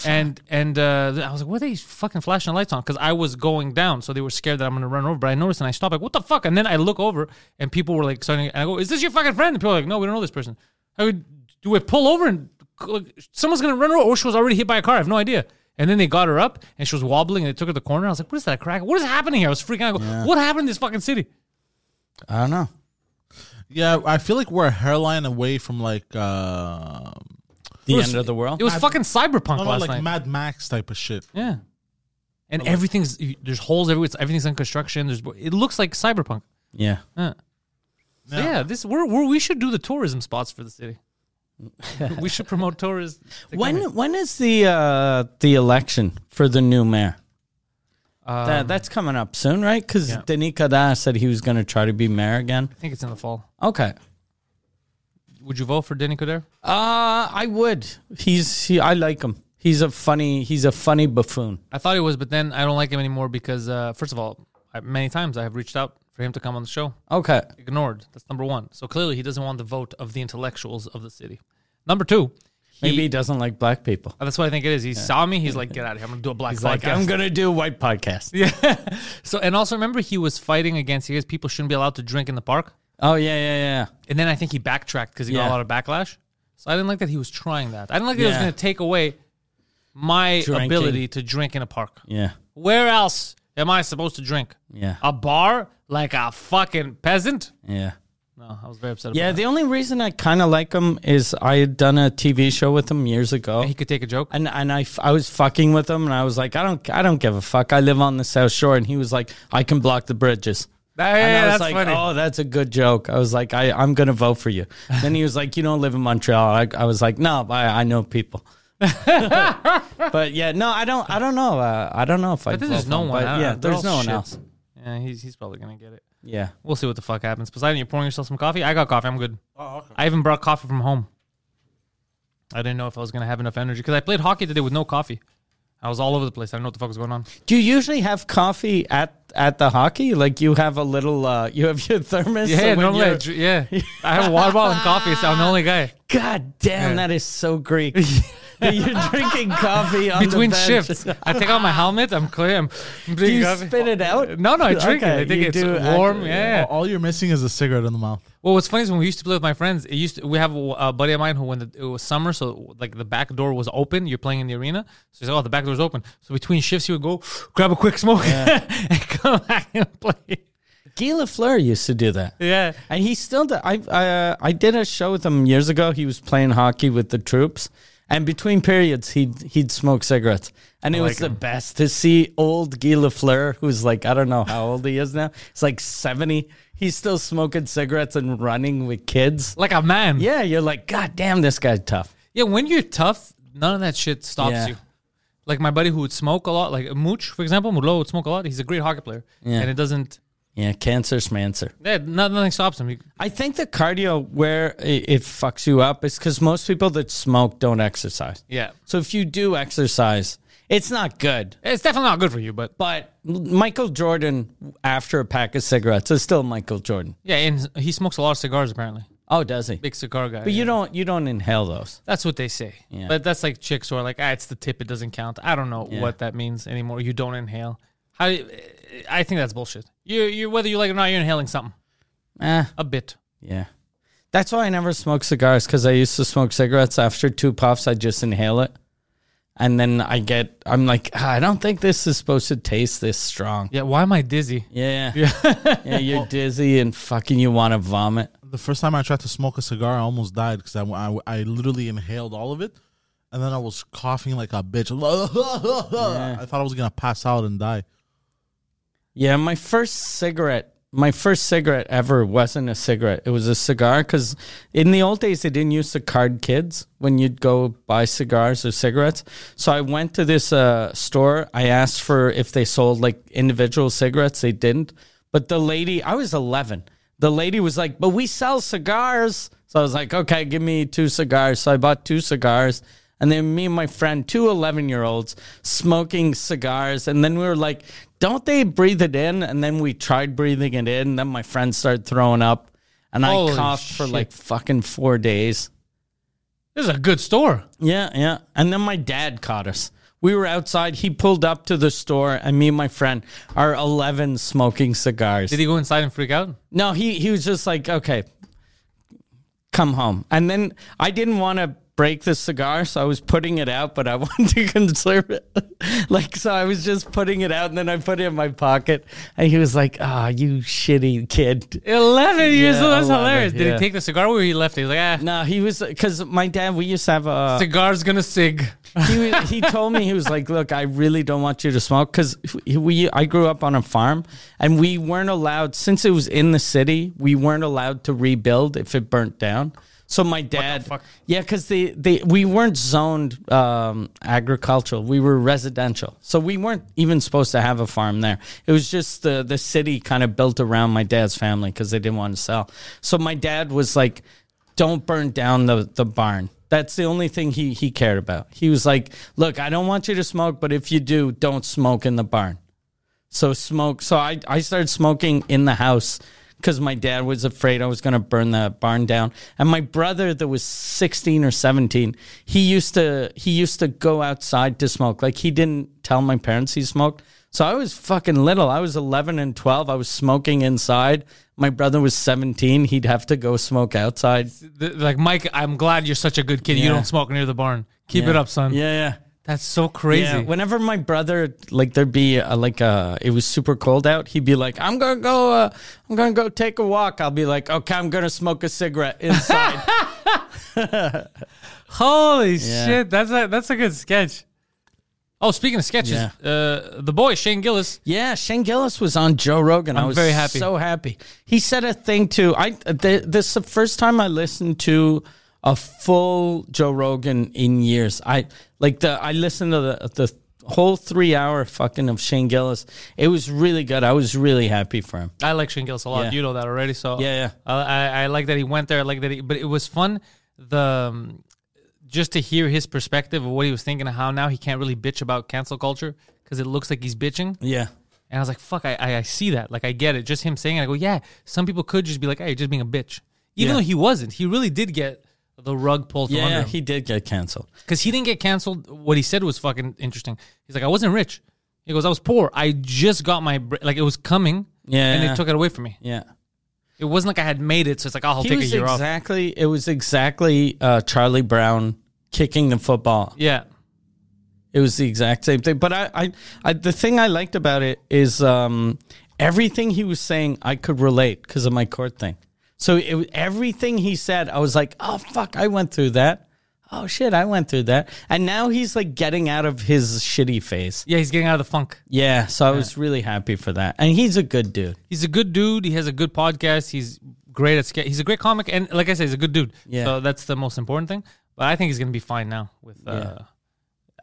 [SPEAKER 1] and and uh, I was like, "What are these fucking flashing lights on?" Because I was going down, so they were scared that I'm gonna run over. But I noticed and I stopped, like, "What the fuck?" And then I look over, and people were like starting. And I go, "Is this your fucking friend?" And people are like, "No, we don't know this person." I would do I pull over and like, someone's gonna run her, over, or she was already hit by a car. I have no idea. And then they got her up, and she was wobbling, and they took her to the corner. I was like, "What is that a crack? What is happening here?" I was freaking out. I go, "What happened in this fucking city?"
[SPEAKER 2] I don't know.
[SPEAKER 3] Yeah, I feel like we're a hairline away from like uh,
[SPEAKER 2] The
[SPEAKER 1] was-
[SPEAKER 2] end of the world.
[SPEAKER 1] It was fucking cyberpunk
[SPEAKER 3] no, no,
[SPEAKER 1] last
[SPEAKER 3] like
[SPEAKER 1] night.
[SPEAKER 3] Mad Max type of shit.
[SPEAKER 1] Yeah. And everything's there's holes everywhere. It's, everything's in construction. There's it looks like cyberpunk.
[SPEAKER 2] yeah.
[SPEAKER 1] Yeah. So yeah, this we're, we're we should do the tourism spots for the city. we should promote tourism.
[SPEAKER 2] When when is the uh, the election for the new mayor?
[SPEAKER 1] Um,
[SPEAKER 2] that, that's coming up soon, right? Because
[SPEAKER 1] Yeah.
[SPEAKER 2] Danica Das said he was going to try to be mayor again.
[SPEAKER 1] I think it's in the fall.
[SPEAKER 2] Okay,
[SPEAKER 1] Would you vote for Denny Coder?
[SPEAKER 2] uh, I would. He's he, I like him. He's a funny. He's a funny buffoon.
[SPEAKER 1] I thought he was, but then I don't like him anymore because uh, first of all, I, many times I have reached out for him to come on the show,
[SPEAKER 2] Okay,
[SPEAKER 1] ignored. That's number one. So clearly he doesn't want the vote of the intellectuals of the city. Number two, he-
[SPEAKER 2] maybe he doesn't like black people.
[SPEAKER 1] that's what I think it is. He saw me. He's like, "Get out of here! I'm gonna do a black
[SPEAKER 2] He's
[SPEAKER 1] podcast."
[SPEAKER 2] like, I'm going to do a white podcast.
[SPEAKER 1] So and also remember he was fighting against he goes people shouldn't be allowed to drink in the park.
[SPEAKER 2] Oh yeah, yeah, yeah.
[SPEAKER 1] And then I think he backtracked because he got
[SPEAKER 2] Yeah.
[SPEAKER 1] a lot of backlash. So I didn't like that he was trying that. I didn't like that it was
[SPEAKER 2] Yeah.
[SPEAKER 1] going to take away my
[SPEAKER 2] Drinking.
[SPEAKER 1] ability to drink in a park.
[SPEAKER 2] Yeah,
[SPEAKER 1] Where else am I supposed to drink?
[SPEAKER 2] yeah,
[SPEAKER 1] A bar like a fucking peasant?
[SPEAKER 2] yeah.
[SPEAKER 1] No, I was very upset. About
[SPEAKER 2] Yeah,
[SPEAKER 1] yeah,
[SPEAKER 2] the only reason I kind of like him is I had done a TV show with him years ago.
[SPEAKER 1] he could take a joke.
[SPEAKER 2] and and I, f- I was fucking with him and I was like I don't I don't give a fuck I live on the South Shore and he was like I can block the bridges
[SPEAKER 1] Yeah,
[SPEAKER 2] and I was
[SPEAKER 1] that's
[SPEAKER 2] like
[SPEAKER 1] funny.
[SPEAKER 2] oh that's a good joke I was like I I'm gonna vote for you then he was like you don't live in Montreal I, I was like no I, I know people but yeah no I don't I don't know uh, I don't know if I
[SPEAKER 1] But then there's no one. I don't
[SPEAKER 2] yeah
[SPEAKER 1] know. They're
[SPEAKER 2] there's
[SPEAKER 1] all
[SPEAKER 2] no one
[SPEAKER 1] shit.
[SPEAKER 2] else
[SPEAKER 1] Yeah, he's he's probably going to get it.
[SPEAKER 2] yeah
[SPEAKER 1] We'll see what the fuck happens. Poseidon, you're pouring yourself some coffee? I got coffee. I'm good.
[SPEAKER 2] Oh,
[SPEAKER 1] I even brought coffee from home. I didn't know if I was going to have enough energy because I played hockey today with no coffee. I was all over the place. I don't know what the fuck was going on.
[SPEAKER 2] do you usually have coffee at at the hockey like you have a little uh, you have your thermos so
[SPEAKER 1] Yeah,
[SPEAKER 2] when
[SPEAKER 1] normally, I,
[SPEAKER 2] you're-
[SPEAKER 1] dr- yeah. I have a water bottle and coffee, so I'm the only guy.
[SPEAKER 2] God damn,
[SPEAKER 1] Yeah.
[SPEAKER 2] that is so Greek. That You're drinking coffee on the
[SPEAKER 1] Between
[SPEAKER 2] bench.
[SPEAKER 1] shifts, I take out my helmet. I'm clear. I'm
[SPEAKER 2] Do
[SPEAKER 1] drinking
[SPEAKER 2] you
[SPEAKER 1] coffee.
[SPEAKER 2] spit it out?
[SPEAKER 1] No, no, I drink
[SPEAKER 2] Okay,
[SPEAKER 1] it. I think
[SPEAKER 2] you
[SPEAKER 1] it's
[SPEAKER 2] do
[SPEAKER 1] warm.
[SPEAKER 2] actually-
[SPEAKER 1] yeah.
[SPEAKER 3] All you're missing is a cigarette in the mouth.
[SPEAKER 1] Well, what's funny is when we used to play with my friends, it used to, we have a, a buddy of mine who, when the, it was summer, so like the back door was open, you're playing in the arena. So he's like, oh, the back door's open. So between shifts, he would go grab a quick smoke and come back and play.
[SPEAKER 2] Guy Lafleur used to do that.
[SPEAKER 1] Yeah.
[SPEAKER 2] And he still did. I, I, uh, I did a show with him years ago. He was playing hockey with the troops. And between periods, he'd he'd smoke cigarettes, and it was the best to see old Guy Lafleur, who's like I don't know how old he is now. It's like seventy. He's still smoking cigarettes and running with kids.
[SPEAKER 1] Like a man.
[SPEAKER 2] Yeah, you're like, God damn, this guy's tough.
[SPEAKER 1] Yeah, when you're tough, none of that shit stops
[SPEAKER 2] Yeah.
[SPEAKER 1] you. Like my buddy who would smoke a lot, like Mooch, for example, Mulo would smoke a lot. He's a great hockey player.
[SPEAKER 2] Yeah.
[SPEAKER 1] And it doesn't,
[SPEAKER 2] Yeah, cancer, smancer.
[SPEAKER 1] yeah, no- nothing stops him. He-
[SPEAKER 2] I think the cardio where it, it fucks you up is because most people that smoke don't exercise.
[SPEAKER 1] yeah.
[SPEAKER 2] So if you do exercise, it's not good.
[SPEAKER 1] It's definitely not good for you, but,
[SPEAKER 2] But Michael Jordan, after a pack of cigarettes, is still Michael Jordan.
[SPEAKER 1] yeah, and he smokes a lot of cigars apparently.
[SPEAKER 2] Oh, does he?
[SPEAKER 1] Big cigar guy.
[SPEAKER 2] But you don't you don't inhale those.
[SPEAKER 1] That's what they say.
[SPEAKER 2] Yeah.
[SPEAKER 1] But that's like chicks who are like, ah, it's the tip, it doesn't count. I don't know what that means anymore. You don't inhale. How? I think that's bullshit. You, you, whether you like it or not, you're inhaling something
[SPEAKER 2] Eh,
[SPEAKER 1] a bit.
[SPEAKER 2] yeah. That's why I never smoke cigars because I used to smoke cigarettes. After two puffs, I just inhale it, and then I get I'm like "Ah, I don't think this is supposed to taste this strong.
[SPEAKER 1] Yeah. Why am I dizzy?
[SPEAKER 2] Yeah, yeah, you're dizzy and fucking you want to vomit.
[SPEAKER 3] The first time I tried to smoke a cigar, I almost died because I, I, I literally inhaled all of it, and then I was coughing like a bitch. I thought I was gonna pass out and die.
[SPEAKER 2] Yeah, my first cigarette, my first cigarette ever wasn't a cigarette. It was a cigar because in the old days they didn't use to card kids when you'd go buy cigars or cigarettes. So I went to this uh, store. I asked for if they sold like individual cigarettes. They didn't. But the lady, I was 11. The lady was like, but we sell cigars. So I was like, okay, give me two cigars. So I bought two cigars. And then me and my friend, two 11 year olds, smoking cigars. And then we were like, don't they breathe it in? And then we tried breathing it in. And then my friend started throwing up. And
[SPEAKER 1] Holy
[SPEAKER 2] I coughed for
[SPEAKER 1] shit.
[SPEAKER 2] like fucking four days.
[SPEAKER 1] This is a good store.
[SPEAKER 2] Yeah, yeah. And then my dad caught us. We were outside. He pulled up to the store, and me and my friend are 11 smoking cigars.
[SPEAKER 1] Did he go inside and freak out?
[SPEAKER 2] No, he he was just like, okay, come home. And then I didn't want to break the cigar, so I was putting it out, but I wanted to conserve it. like, so I was just putting it out, and then I put it in my pocket. And he was like, ah, you shitty kid.
[SPEAKER 1] 11 years
[SPEAKER 2] Yeah,
[SPEAKER 1] old. That's
[SPEAKER 2] 11,
[SPEAKER 1] hilarious. Did
[SPEAKER 2] yeah.
[SPEAKER 1] he take the cigar where he left it? He's like, ah,
[SPEAKER 2] No, he was because my dad. We used to have a
[SPEAKER 1] cigar's gonna sig.
[SPEAKER 2] he, was- he told me he was like, "Look, I really don't want you to smoke because we I grew up on a farm and we weren't allowed since it was in the city. We weren't allowed to rebuild if it burnt down. So my dad,
[SPEAKER 1] fuck?
[SPEAKER 2] yeah, because they, they we weren't zoned um, agricultural. We were residential, so we weren't even supposed to have a farm there. It was just the the city kind of built around my dad's family because they didn't want to sell. So my dad was like, "Don't burn down the the barn." That's the only thing he he cared about. He was like, "Look, I don't want you to smoke, but if you do, don't smoke in the barn." So smoke. So I I started smoking in the house because my dad was afraid I was going to burn the barn down. And my brother, that was sixteen or seventeen, he used to he used to go outside to smoke. Like he didn't tell my parents he smoked. So I was fucking little. I was eleven and twelve. I was smoking inside. My brother was seventeen. He'd have to go smoke outside.
[SPEAKER 1] The- like, Mike, I'm glad you're such a good kid. You
[SPEAKER 2] Yeah.
[SPEAKER 1] don't smoke near the barn. Keep it up, son.
[SPEAKER 2] Yeah, yeah.
[SPEAKER 1] That's so crazy.
[SPEAKER 2] Yeah, whenever my brother like there'd be a, like uh it was super cold out, he'd be like, "I'm gonna go, uh, I'm gonna go take a walk." I'll be like, "Okay, I'm gonna smoke a cigarette inside."
[SPEAKER 1] Holy shit, that's a that's a good sketch. Oh, speaking of sketches,
[SPEAKER 2] Yeah.
[SPEAKER 1] uh, the boy Shane Gillis.
[SPEAKER 2] yeah, Shane Gillis was on Joe Rogan. i
[SPEAKER 1] I'm
[SPEAKER 2] was
[SPEAKER 1] very happy.
[SPEAKER 2] so happy. He said a thing too. I th- this is the first time I listened to a full Joe Rogan in years. I like the I listened to the the whole three hour fucking of Shane Gillis. It was really good. I was really happy for him.
[SPEAKER 1] I like Shane Gillis a lot.
[SPEAKER 2] Yeah.
[SPEAKER 1] You know that already. So
[SPEAKER 2] Yeah, yeah.
[SPEAKER 1] I, I I like that he went there. I like that, he, but it was fun. The um, just to hear his perspective of what he was thinking and how now he can't really bitch about cancel culture because it looks like he's bitching.
[SPEAKER 2] Yeah.
[SPEAKER 1] And I was like, fuck, I, I, I see that. Like, I get it. Just him saying it, I go, yeah, some people could just be like, hey, you're just being a bitch. Even
[SPEAKER 2] Yeah.
[SPEAKER 1] though he wasn't, he really did get the rug pulled from under
[SPEAKER 2] Yeah,
[SPEAKER 1] him.
[SPEAKER 2] he did get canceled.
[SPEAKER 1] because he didn't get canceled. What he said was fucking interesting. He's like, I wasn't rich. He goes, I was poor. I just got my br- like it was coming,
[SPEAKER 2] Yeah.
[SPEAKER 1] and they took it away from me.
[SPEAKER 2] Yeah.
[SPEAKER 1] It wasn't like I had made it, so it's like oh, I'll
[SPEAKER 2] he
[SPEAKER 1] take a
[SPEAKER 2] was
[SPEAKER 1] year off.
[SPEAKER 2] exactly it was exactly uh, Charlie Brown kicking the football.
[SPEAKER 1] Yeah,
[SPEAKER 2] It was the exact same thing. But I, I, I the thing I liked about it is um, everything he was saying I could relate because of my court thing. So it, everything he said, I was like, oh fuck, I went through that. oh shit, I went through that. And now he's like getting out of his shitty phase.
[SPEAKER 1] Yeah, he's getting out of the funk.
[SPEAKER 2] Yeah, so I was really happy for that. And he's a good dude.
[SPEAKER 1] He's a good dude. He has a good podcast. He's great at sketch. He's a great comic, and like I said, he's a good dude.
[SPEAKER 2] Yeah.
[SPEAKER 1] So that's the most important thing. But I think he's gonna be fine now with, uh,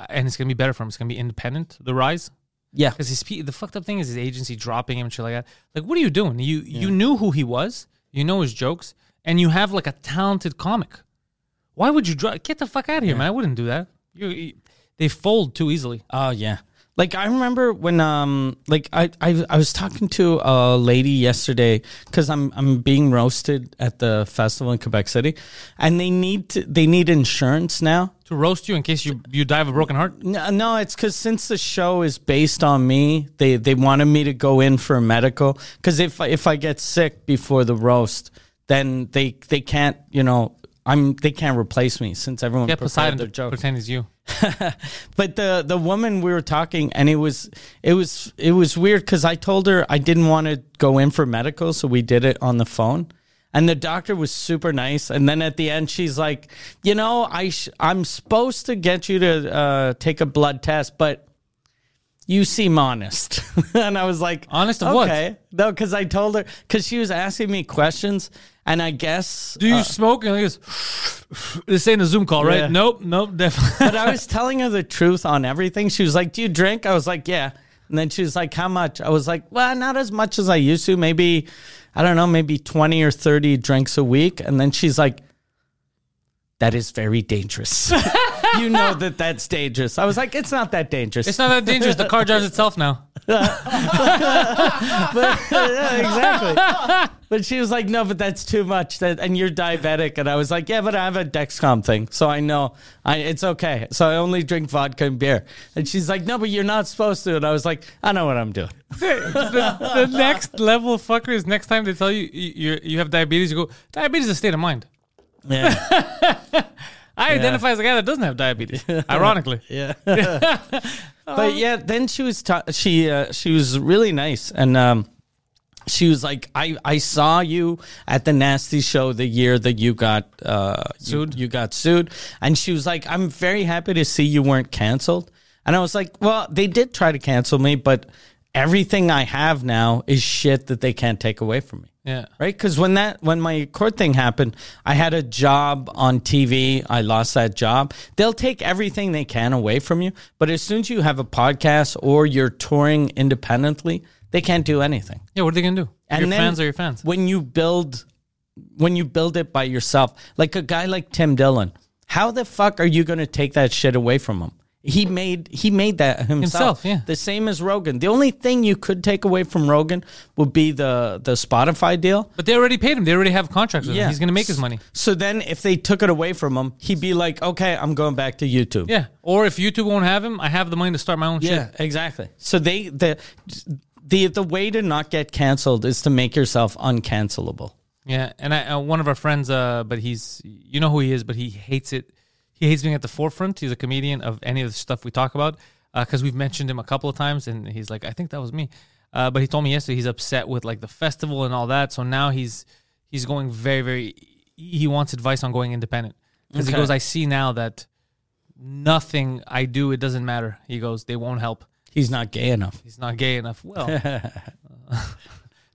[SPEAKER 1] and it's gonna be better for him. It's gonna be independent. The rise.
[SPEAKER 2] Yeah.
[SPEAKER 1] Because his pe- the fucked up thing is his agency dropping him and shit like that. Like, what are you doing? You you knew who he was. You know his jokes, and you have like a talented comic. Why would you drop? Get the fuck out of here, man! I wouldn't do that. You, you they fold too easily.
[SPEAKER 2] Oh yeah. Like I remember when um like I I, I was talking to a lady yesterday cuz I'm I'm being roasted at the festival in Quebec City and they need to, they need insurance now.
[SPEAKER 1] To roast you in case you you die of a broken heart.
[SPEAKER 2] No, no it's cuz since the show is based on me, they they wanted me to go in for a medical cuz if I- if I get sick before the roast, then they they can't, you know, I'm they can't replace me since everyone
[SPEAKER 1] Get
[SPEAKER 2] prepared
[SPEAKER 1] Poseidon
[SPEAKER 2] their
[SPEAKER 1] to
[SPEAKER 2] jokes.
[SPEAKER 1] pretend he's you.
[SPEAKER 2] But the the woman we were talking, and it was it was it was weird because I told her I didn't want to go in for medical, so we did it on the phone. And the doctor was super nice. And then at the end, she's like, "You know, I sh- I'm supposed to get you to uh, take a blood test, but you seem honest." and I was like,
[SPEAKER 1] Honest of what?
[SPEAKER 2] okay. No, because I told her because she was asking me questions, and I guess
[SPEAKER 1] Do you smoke? And he goes, this ain't a Zoom call, right?
[SPEAKER 2] Yeah.
[SPEAKER 1] Nope, nope, definitely.
[SPEAKER 2] but I was telling her the truth on everything. She was like, "Do you drink?" I was like, "Yeah." And then she was like, "How much?" I was like, "Well, not as much as I used to. Maybe, I don't know, maybe twenty or thirty drinks a week." And then she's like, "That is very dangerous. you know that that's dangerous." I was like, "It's not that dangerous."
[SPEAKER 1] it's not that dangerous. The car drives itself now.
[SPEAKER 2] but, yeah, exactly. But she was like, "No, but that's too much. That and you're diabetic." And I was like, "Yeah, but I have a Dexcom thing, so I know I it's okay. So I only drink vodka and beer." And she's like, "No, but you're not supposed to." And I was like, "I know what I'm doing."
[SPEAKER 1] The next level fucker is next time they tell you you you- you have diabetes, you go, diabetes is a state of mind.
[SPEAKER 2] Yeah,
[SPEAKER 1] I identify as a guy that doesn't have diabetes, ironically.
[SPEAKER 2] yeah. but yeah, then she was ta- she uh, she was really nice and. um she was like, I, I saw you at the nasty show the year that you got uh, sued. You, got sued, and she was like, I'm very happy to see you weren't canceled. And I was like, Well, they did try to cancel me, but everything I have now is shit that they can't take away from me.
[SPEAKER 1] Yeah.
[SPEAKER 2] Right? Because when that when my court thing happened, I had a job on TV. I lost that job. They'll take everything they can away from you, but as soon as you have a podcast or you're touring independently, they can't do anything
[SPEAKER 1] Yeah, what are they going to do? your fans are your fans.
[SPEAKER 2] when you build when you build it by yourself like a guy like tim dillon how the fuck are you going to take that shit away from him he made he made that himself,
[SPEAKER 1] Himself, yeah.
[SPEAKER 2] the same as rogan the only thing you could take away from rogan would be the the spotify deal
[SPEAKER 1] But they already paid him. They already have contracts with
[SPEAKER 2] Yeah.
[SPEAKER 1] him. He's going to make his money.
[SPEAKER 2] so then if they took it away from him he'd be like okay i'm going back to youtube
[SPEAKER 1] Yeah. Or if YouTube won't have him, I have the money to start my own
[SPEAKER 2] yeah
[SPEAKER 1] shit.
[SPEAKER 2] exactly so they the the the way to not get canceled is to make yourself uncancelable
[SPEAKER 1] Yeah, and I, uh, one of our friends, uh, but he's you know who he is, but he hates it. He hates being at the forefront. He's a comedian of any of the stuff we talk about because we've mentioned him a couple of times, and he's like, I think that was me. Uh, but he told me yesterday he's upset with like the festival and all that, so now he's he's going very very. He wants advice on going independent because he
[SPEAKER 2] Okay.
[SPEAKER 1] goes, I see now that nothing I do it doesn't matter. He goes, they won't help.
[SPEAKER 2] he's not gay enough
[SPEAKER 1] He's not gay enough. Well,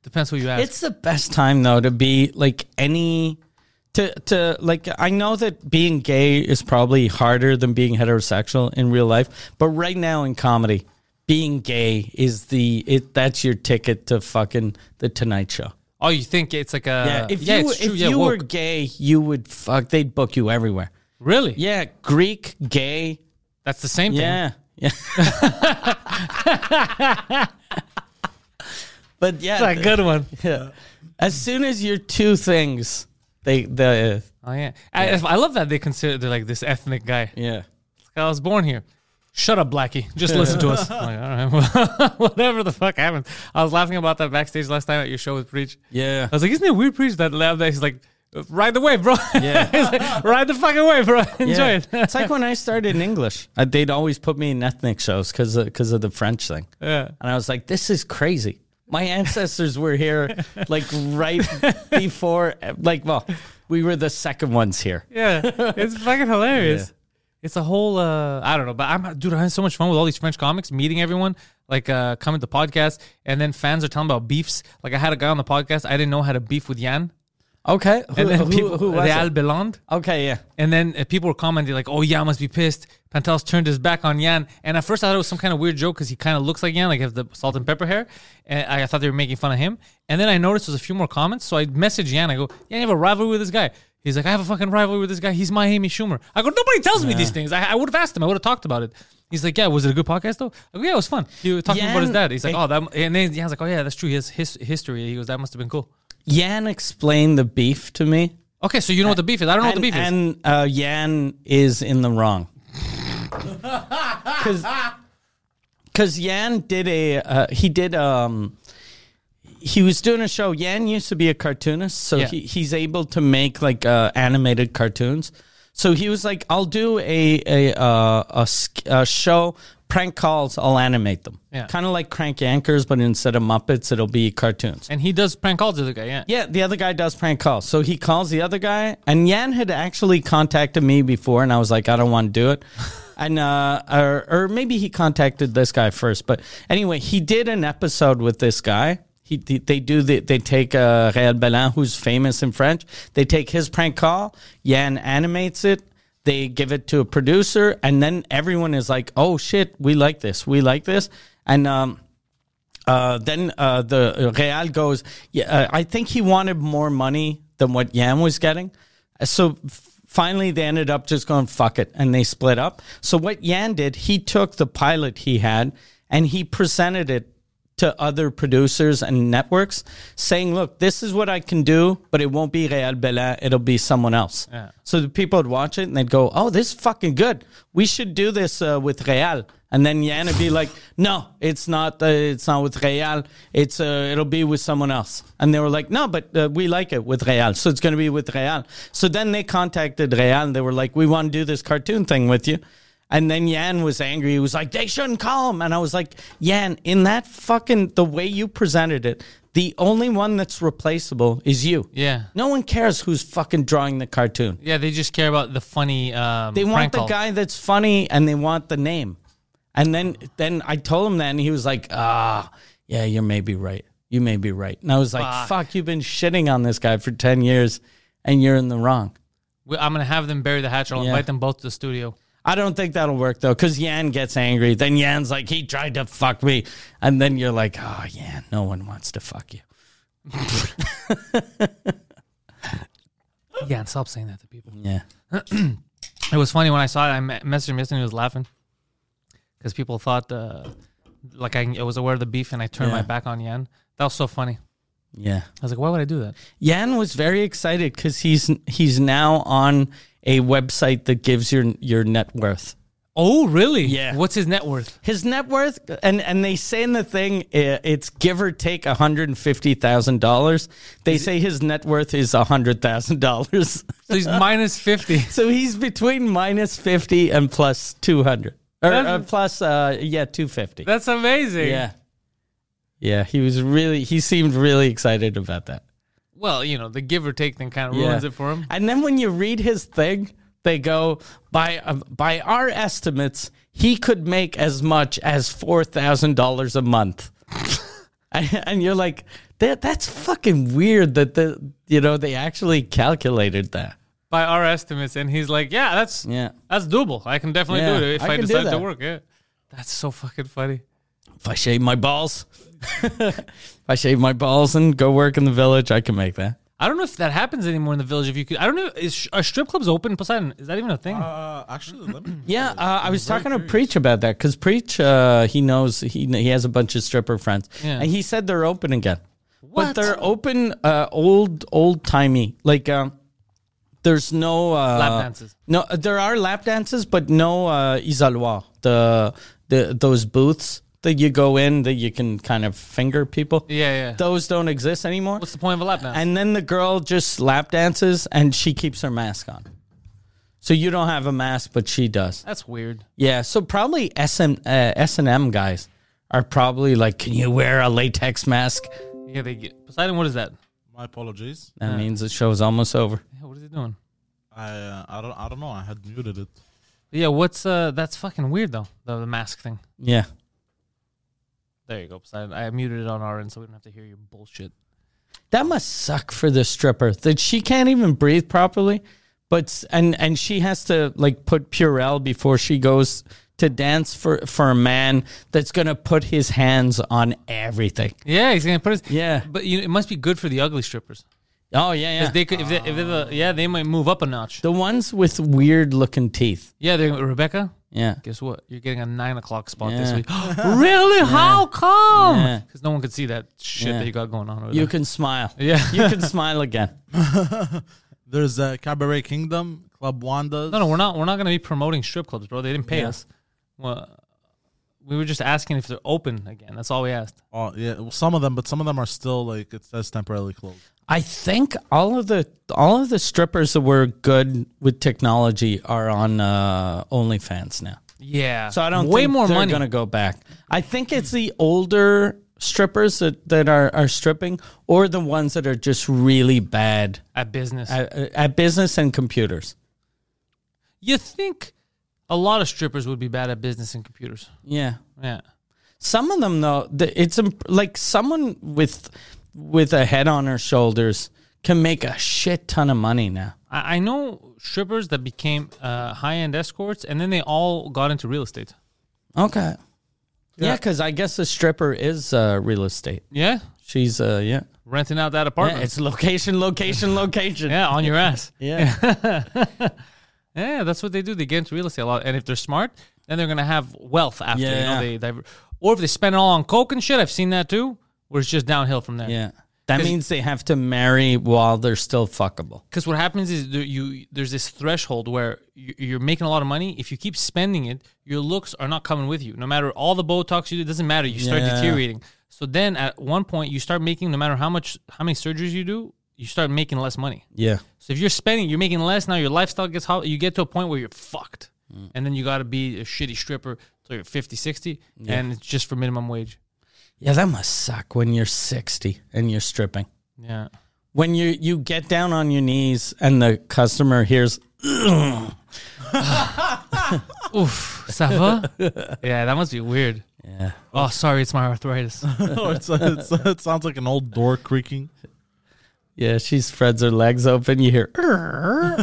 [SPEAKER 1] depends who you ask.
[SPEAKER 2] It's the best time though to be like any to to like I know that being gay is probably harder than being heterosexual in real life, but right now in comedy, being gay is the it that's your ticket to fucking the Tonight Show.
[SPEAKER 1] Oh, you think it's like a yeah?
[SPEAKER 2] if you
[SPEAKER 1] it's true.
[SPEAKER 2] if
[SPEAKER 1] yeah,
[SPEAKER 2] you were
[SPEAKER 1] woke.
[SPEAKER 2] gay, you would fuck they'd book you everywhere.
[SPEAKER 1] really,
[SPEAKER 2] Yeah, Greek, gay.
[SPEAKER 1] that's the same thing.
[SPEAKER 2] Yeah. Yeah. but yeah,
[SPEAKER 1] That's a good one.
[SPEAKER 2] as soon as you're two things, they the
[SPEAKER 1] Oh yeah, I, I love that they consider they're like this ethnic guy.
[SPEAKER 2] yeah.
[SPEAKER 1] I was born here. Shut up, Blackie. Just listen to us. I'm like, all right, whatever the fuck happens. I was laughing about that backstage last time at your show with Preach.
[SPEAKER 2] Yeah.
[SPEAKER 1] I was like, isn't it weird, Preach? That loud that he's like, ride the wave, bro.
[SPEAKER 2] Yeah.
[SPEAKER 1] He's like, ride the fucking wave, bro. Enjoy
[SPEAKER 2] Yeah.
[SPEAKER 1] it.
[SPEAKER 2] it's like when I started in English, uh, they'd always put me in ethnic shows because because of the French thing.
[SPEAKER 1] Yeah.
[SPEAKER 2] And I was like, this is crazy. My ancestors were here like right before, like, well, we were the second ones here.
[SPEAKER 1] Yeah, it's fucking hilarious. It's a whole uh, I don't know, but I'm dude, I had so much fun with all these French comics, meeting everyone, like uh, coming to podcast, and then fans are telling about beefs. Like I had a guy on the podcast, I didn't know how to beef with Yan,
[SPEAKER 2] Okay. Who,
[SPEAKER 1] and then
[SPEAKER 2] who-
[SPEAKER 1] people,
[SPEAKER 2] who was
[SPEAKER 1] Real
[SPEAKER 2] it?
[SPEAKER 1] Belland,
[SPEAKER 2] Okay, yeah.
[SPEAKER 1] and then uh, people were commenting like, "Oh, Yan must be pissed." Pantelis turned his back on Yan, and at first I thought it was some kind of weird joke because he kind of looks like Yan, like he has the salt and pepper hair, and I I thought they were making fun of him. And then I noticed there was a few more comments, so I messaged Yan. I go, "Yan, you have a rivalry with this guy." He's like, "I have a fucking rivalry with this guy. He's my Amy Schumer." I go, "Nobody tells me these things. I, I would have asked him. I would have talked about it." He's like, "Yeah, was it a good podcast though?" I go, "Yeah, it was fun." He was talking about his
[SPEAKER 2] Yan- eh
[SPEAKER 1] dad. He's like, "Oh, that," and then Yan's like, "Oh yeah, that's true. He has his history." He goes, "That must have been cool."
[SPEAKER 2] Yan explained the beef to me.
[SPEAKER 1] Okay, so you know what the beef is? I don't know what the
[SPEAKER 2] and,
[SPEAKER 1] beef is.
[SPEAKER 2] and uh, Yan is in the wrong. Because Yan did a uh, he did um he was doing a show. Yan used to be a cartoonist, so
[SPEAKER 1] Yeah.
[SPEAKER 2] he, he's able to make like uh, animated cartoons. So he was like, "I'll do a a uh, a, sk- a show prank calls. I'll animate them,
[SPEAKER 1] Yeah.
[SPEAKER 2] kind of like Crank Anchors, but instead of Muppets, it'll be cartoons."
[SPEAKER 1] And he does prank calls to the guy. Yeah.
[SPEAKER 2] Yeah, the other guy does prank calls. So he calls the other guy, and Yan had actually contacted me before, and I was like, I don't want to do it. and uh, or, or maybe he contacted this guy first, but anyway, he did an episode with this guy. He, they- they do the, they take uh, Real Belin, who's famous in French. They take his prank call. Yan animates it. They give it to a producer, and then everyone is like, "Oh shit, we like this. We like this." And um, uh, then uh, the Real goes, yeah, uh, I think he wanted more money than what Yan was getting. Uh, So f- finally, they ended up just going, fuck it. And they split up. So what Yan did, he took the pilot he had and he presented it to other producers and networks saying, look, this is what I can do, but it won't be Real Belin. It'll be someone else. So the people would watch it and they'd go, oh, this is fucking good. We should do this uh, with Real. And then Yan would be like, no, it's not. Uh, it's not with Real. It's uh, it'll be with someone else. And they were like, no, but uh, we like it with Real, so it's going to be with Real. So then they contacted Real. and They were like, we want to do this cartoon thing with you. And then Yan was angry. He was like, they shouldn't call him. And I was like, Yan, in that fucking the way you presented it, the only one that's replaceable is you.
[SPEAKER 1] Yeah.
[SPEAKER 2] No one cares who's fucking drawing the cartoon.
[SPEAKER 1] Yeah, they just care about the funny. Um,
[SPEAKER 2] They want
[SPEAKER 1] prank
[SPEAKER 2] the
[SPEAKER 1] call.
[SPEAKER 2] guy that's funny and they want the name. And then then I told him that and he was like, ah, yeah, you may be right. You may be right. And I was like, fuck, you've been shitting on this guy for 10 years and you're in the wrong.
[SPEAKER 1] We- I'm gonna have them bury the hatchet. I'll
[SPEAKER 2] Yeah.
[SPEAKER 1] invite them both to the studio.
[SPEAKER 2] I don't think that'll work though, because Yan gets angry. Then Yan's like, he tried to fuck me. And then you're like, oh, Yan, no one wants to fuck you.
[SPEAKER 1] Yeah, and stop saying that to people.
[SPEAKER 2] Yeah.
[SPEAKER 1] It was funny when I saw it. I me- messaged him yesterday. and He was laughing because people thought uh, like I, I was aware of the beef and I turned my
[SPEAKER 2] Yeah.
[SPEAKER 1] back on Yan. That was so funny.
[SPEAKER 2] Yeah.
[SPEAKER 1] I was like, why would I do that?
[SPEAKER 2] Yan was very excited because he's he's now on a website that gives your your net worth.
[SPEAKER 1] Oh, really?
[SPEAKER 2] Yeah.
[SPEAKER 1] What's his net worth?
[SPEAKER 2] His net worth, and and they say in the thing, i- it's give or take one hundred and fifty thousand dollars. They say his net worth is hundred thousand dollars,
[SPEAKER 1] So he's minus fifty.
[SPEAKER 2] so he's between minus fifty and plus two hundred, or,
[SPEAKER 1] That's-
[SPEAKER 2] or plus uh, yeah two fifty.
[SPEAKER 1] That's amazing.
[SPEAKER 2] Yeah, yeah, he was really he seemed really excited about that.
[SPEAKER 1] Well, you know, the give or take thing kind of
[SPEAKER 2] Yeah.
[SPEAKER 1] ruins it for him.
[SPEAKER 2] And then when you read his thing, they go by um, by our estimates, he could make as much as four thousand dollars a month. and, and you're like, that that's fucking weird that the you know they actually calculated that.
[SPEAKER 1] by our estimates, and he's like, "Yeah, that's
[SPEAKER 2] Yeah.
[SPEAKER 1] that's doable. I can definitely
[SPEAKER 2] Yeah,
[SPEAKER 1] do it if
[SPEAKER 2] I
[SPEAKER 1] I,
[SPEAKER 2] can do
[SPEAKER 1] decide to
[SPEAKER 2] that."
[SPEAKER 1] work." Yeah, that's so fucking funny.
[SPEAKER 2] If I shave my balls, if I shave my balls and go work in the village, I can make that.
[SPEAKER 1] I don't know if that happens anymore in the village. If you could, I don't know. Is are strip clubs open? Poseidon, is that even a thing?
[SPEAKER 3] Uh, actually, let me.
[SPEAKER 2] Yeah, uh, I was
[SPEAKER 3] very
[SPEAKER 2] talking to
[SPEAKER 3] curious.
[SPEAKER 2] Preach about that because Preach, uh, he knows he he has a bunch of stripper friends,
[SPEAKER 1] Yeah.
[SPEAKER 2] and he said they're open again,
[SPEAKER 1] What?
[SPEAKER 2] but they're open uh, old old timey. Like, um, there's no uh,
[SPEAKER 1] Lap dances.
[SPEAKER 2] No, there are lap dances, but no uh, isaloir. The the those booths that you go in that you can kind of finger people.
[SPEAKER 1] yeah, yeah.
[SPEAKER 2] Those don't exist anymore.
[SPEAKER 1] What's the point of a lap dance?
[SPEAKER 2] And then the girl just lap dances, and she keeps her mask on. So you don't have a mask, but she does.
[SPEAKER 1] that's weird.
[SPEAKER 2] Yeah, so probably SM, uh, S&M guys are probably like, can you wear a latex mask?
[SPEAKER 1] Yeah, they get Poseidon. What is that?
[SPEAKER 3] My apologies.
[SPEAKER 2] That means the show's almost over.
[SPEAKER 1] Yeah, What is it doing?
[SPEAKER 3] I uh, I don't I don't know. I had muted it.
[SPEAKER 1] Yeah, what's uh? That's fucking weird though. The, the mask thing.
[SPEAKER 2] Yeah.
[SPEAKER 1] There you go. Poseidon. I muted it on our end, so we don't have to hear your bullshit.
[SPEAKER 2] That must suck for the stripper that she can't even breathe properly, but s- and and she has to like put Purell before she goes to dance for for a man that's gonna put his hands on everything.
[SPEAKER 1] Yeah, he's gonna put his.
[SPEAKER 2] Yeah.
[SPEAKER 1] but you know, it must be good for the ugly strippers.
[SPEAKER 2] Oh yeah, yeah.
[SPEAKER 1] 'Cause They could, if they, if they're the, yeah, they might move up a notch.
[SPEAKER 2] the ones with weird looking teeth.
[SPEAKER 1] Yeah, they Rebecca.
[SPEAKER 2] Yeah.
[SPEAKER 1] Guess what? You're getting a nine o'clock spot this
[SPEAKER 2] Yeah.
[SPEAKER 1] week. really? How come?
[SPEAKER 2] Yeah.
[SPEAKER 1] Because no one could see that shit
[SPEAKER 2] Yeah.
[SPEAKER 1] that you got going on. Over
[SPEAKER 2] You
[SPEAKER 1] there.
[SPEAKER 2] can smile.
[SPEAKER 1] Yeah.
[SPEAKER 2] You can smile again.
[SPEAKER 3] There's uh, Cabaret Kingdom, Club Wanda's.
[SPEAKER 1] No, no, we're not. We're not going to be promoting strip clubs, bro. They didn't pay
[SPEAKER 2] Yeah.
[SPEAKER 1] us. Well, we were just asking if they're open again. That's all we asked.
[SPEAKER 3] Oh, yeah, well, some of them, but some of them are still like it says temporarily closed.
[SPEAKER 2] I think all of the all of the strippers that were good with technology are on uh, OnlyFans now.
[SPEAKER 1] Yeah.
[SPEAKER 2] So I don't
[SPEAKER 1] way
[SPEAKER 2] think
[SPEAKER 1] more
[SPEAKER 2] they're
[SPEAKER 1] money.
[SPEAKER 2] going to go back. I think it's the older strippers that, that are, are stripping or the ones that are just really bad
[SPEAKER 1] at business.
[SPEAKER 2] at, at business and computers.
[SPEAKER 1] you think a lot of strippers would be bad at business and computers?
[SPEAKER 2] Yeah.
[SPEAKER 1] Yeah.
[SPEAKER 2] Some of them though, the- it's imp- like someone with with a head on her shoulders can make a shit ton of money now.
[SPEAKER 1] I, I know strippers that became uh, high end escorts, and then they all got into real estate.
[SPEAKER 2] Okay. Yeah, because I guess a stripper is uh, real estate.
[SPEAKER 1] Yeah,
[SPEAKER 2] She's uh, yeah.
[SPEAKER 1] renting out that
[SPEAKER 2] yeah,
[SPEAKER 1] apartment. Yeah,
[SPEAKER 2] it's location, location, location.
[SPEAKER 1] on your ass.
[SPEAKER 2] yeah.
[SPEAKER 1] Yeah, that's what they do. They get into real estate a lot, and if they're smart, then they're gonna have wealth after. You know,
[SPEAKER 2] Yeah.
[SPEAKER 1] they diver- or if they spend it all on coke and shit. I've seen that too, where it's just downhill from there.
[SPEAKER 2] Yeah. That
[SPEAKER 1] 'Cause-
[SPEAKER 2] means they have to marry while they're still fuckable.
[SPEAKER 1] Because what happens is there, you there's this threshold where you, you're making a lot of money. If you keep spending it, your looks are not coming with you. No matter all the Botox you do, it doesn't matter. You start
[SPEAKER 2] Yeah.
[SPEAKER 1] deteriorating. So then at one point you start making no matter how much how many surgeries you do, you start making less money.
[SPEAKER 2] Yeah.
[SPEAKER 1] So if you're spending, you're making less now. Your lifestyle gets hot. You get to a point where you're fucked, and then you got to be a shitty stripper till you're 50, 60, and it's just for minimum wage.
[SPEAKER 2] Yeah, that must suck when you're 60 and you're stripping.
[SPEAKER 1] Yeah.
[SPEAKER 2] When you you get down on your knees and the customer hears
[SPEAKER 1] Oof. Ça va? yeah, that must be weird.
[SPEAKER 2] Yeah.
[SPEAKER 1] Oh, sorry, it's my arthritis. Eh,
[SPEAKER 3] no, it's, it's, it sounds like an old door creaking.
[SPEAKER 2] Yeah, she spreads her legs open, you hear "Err."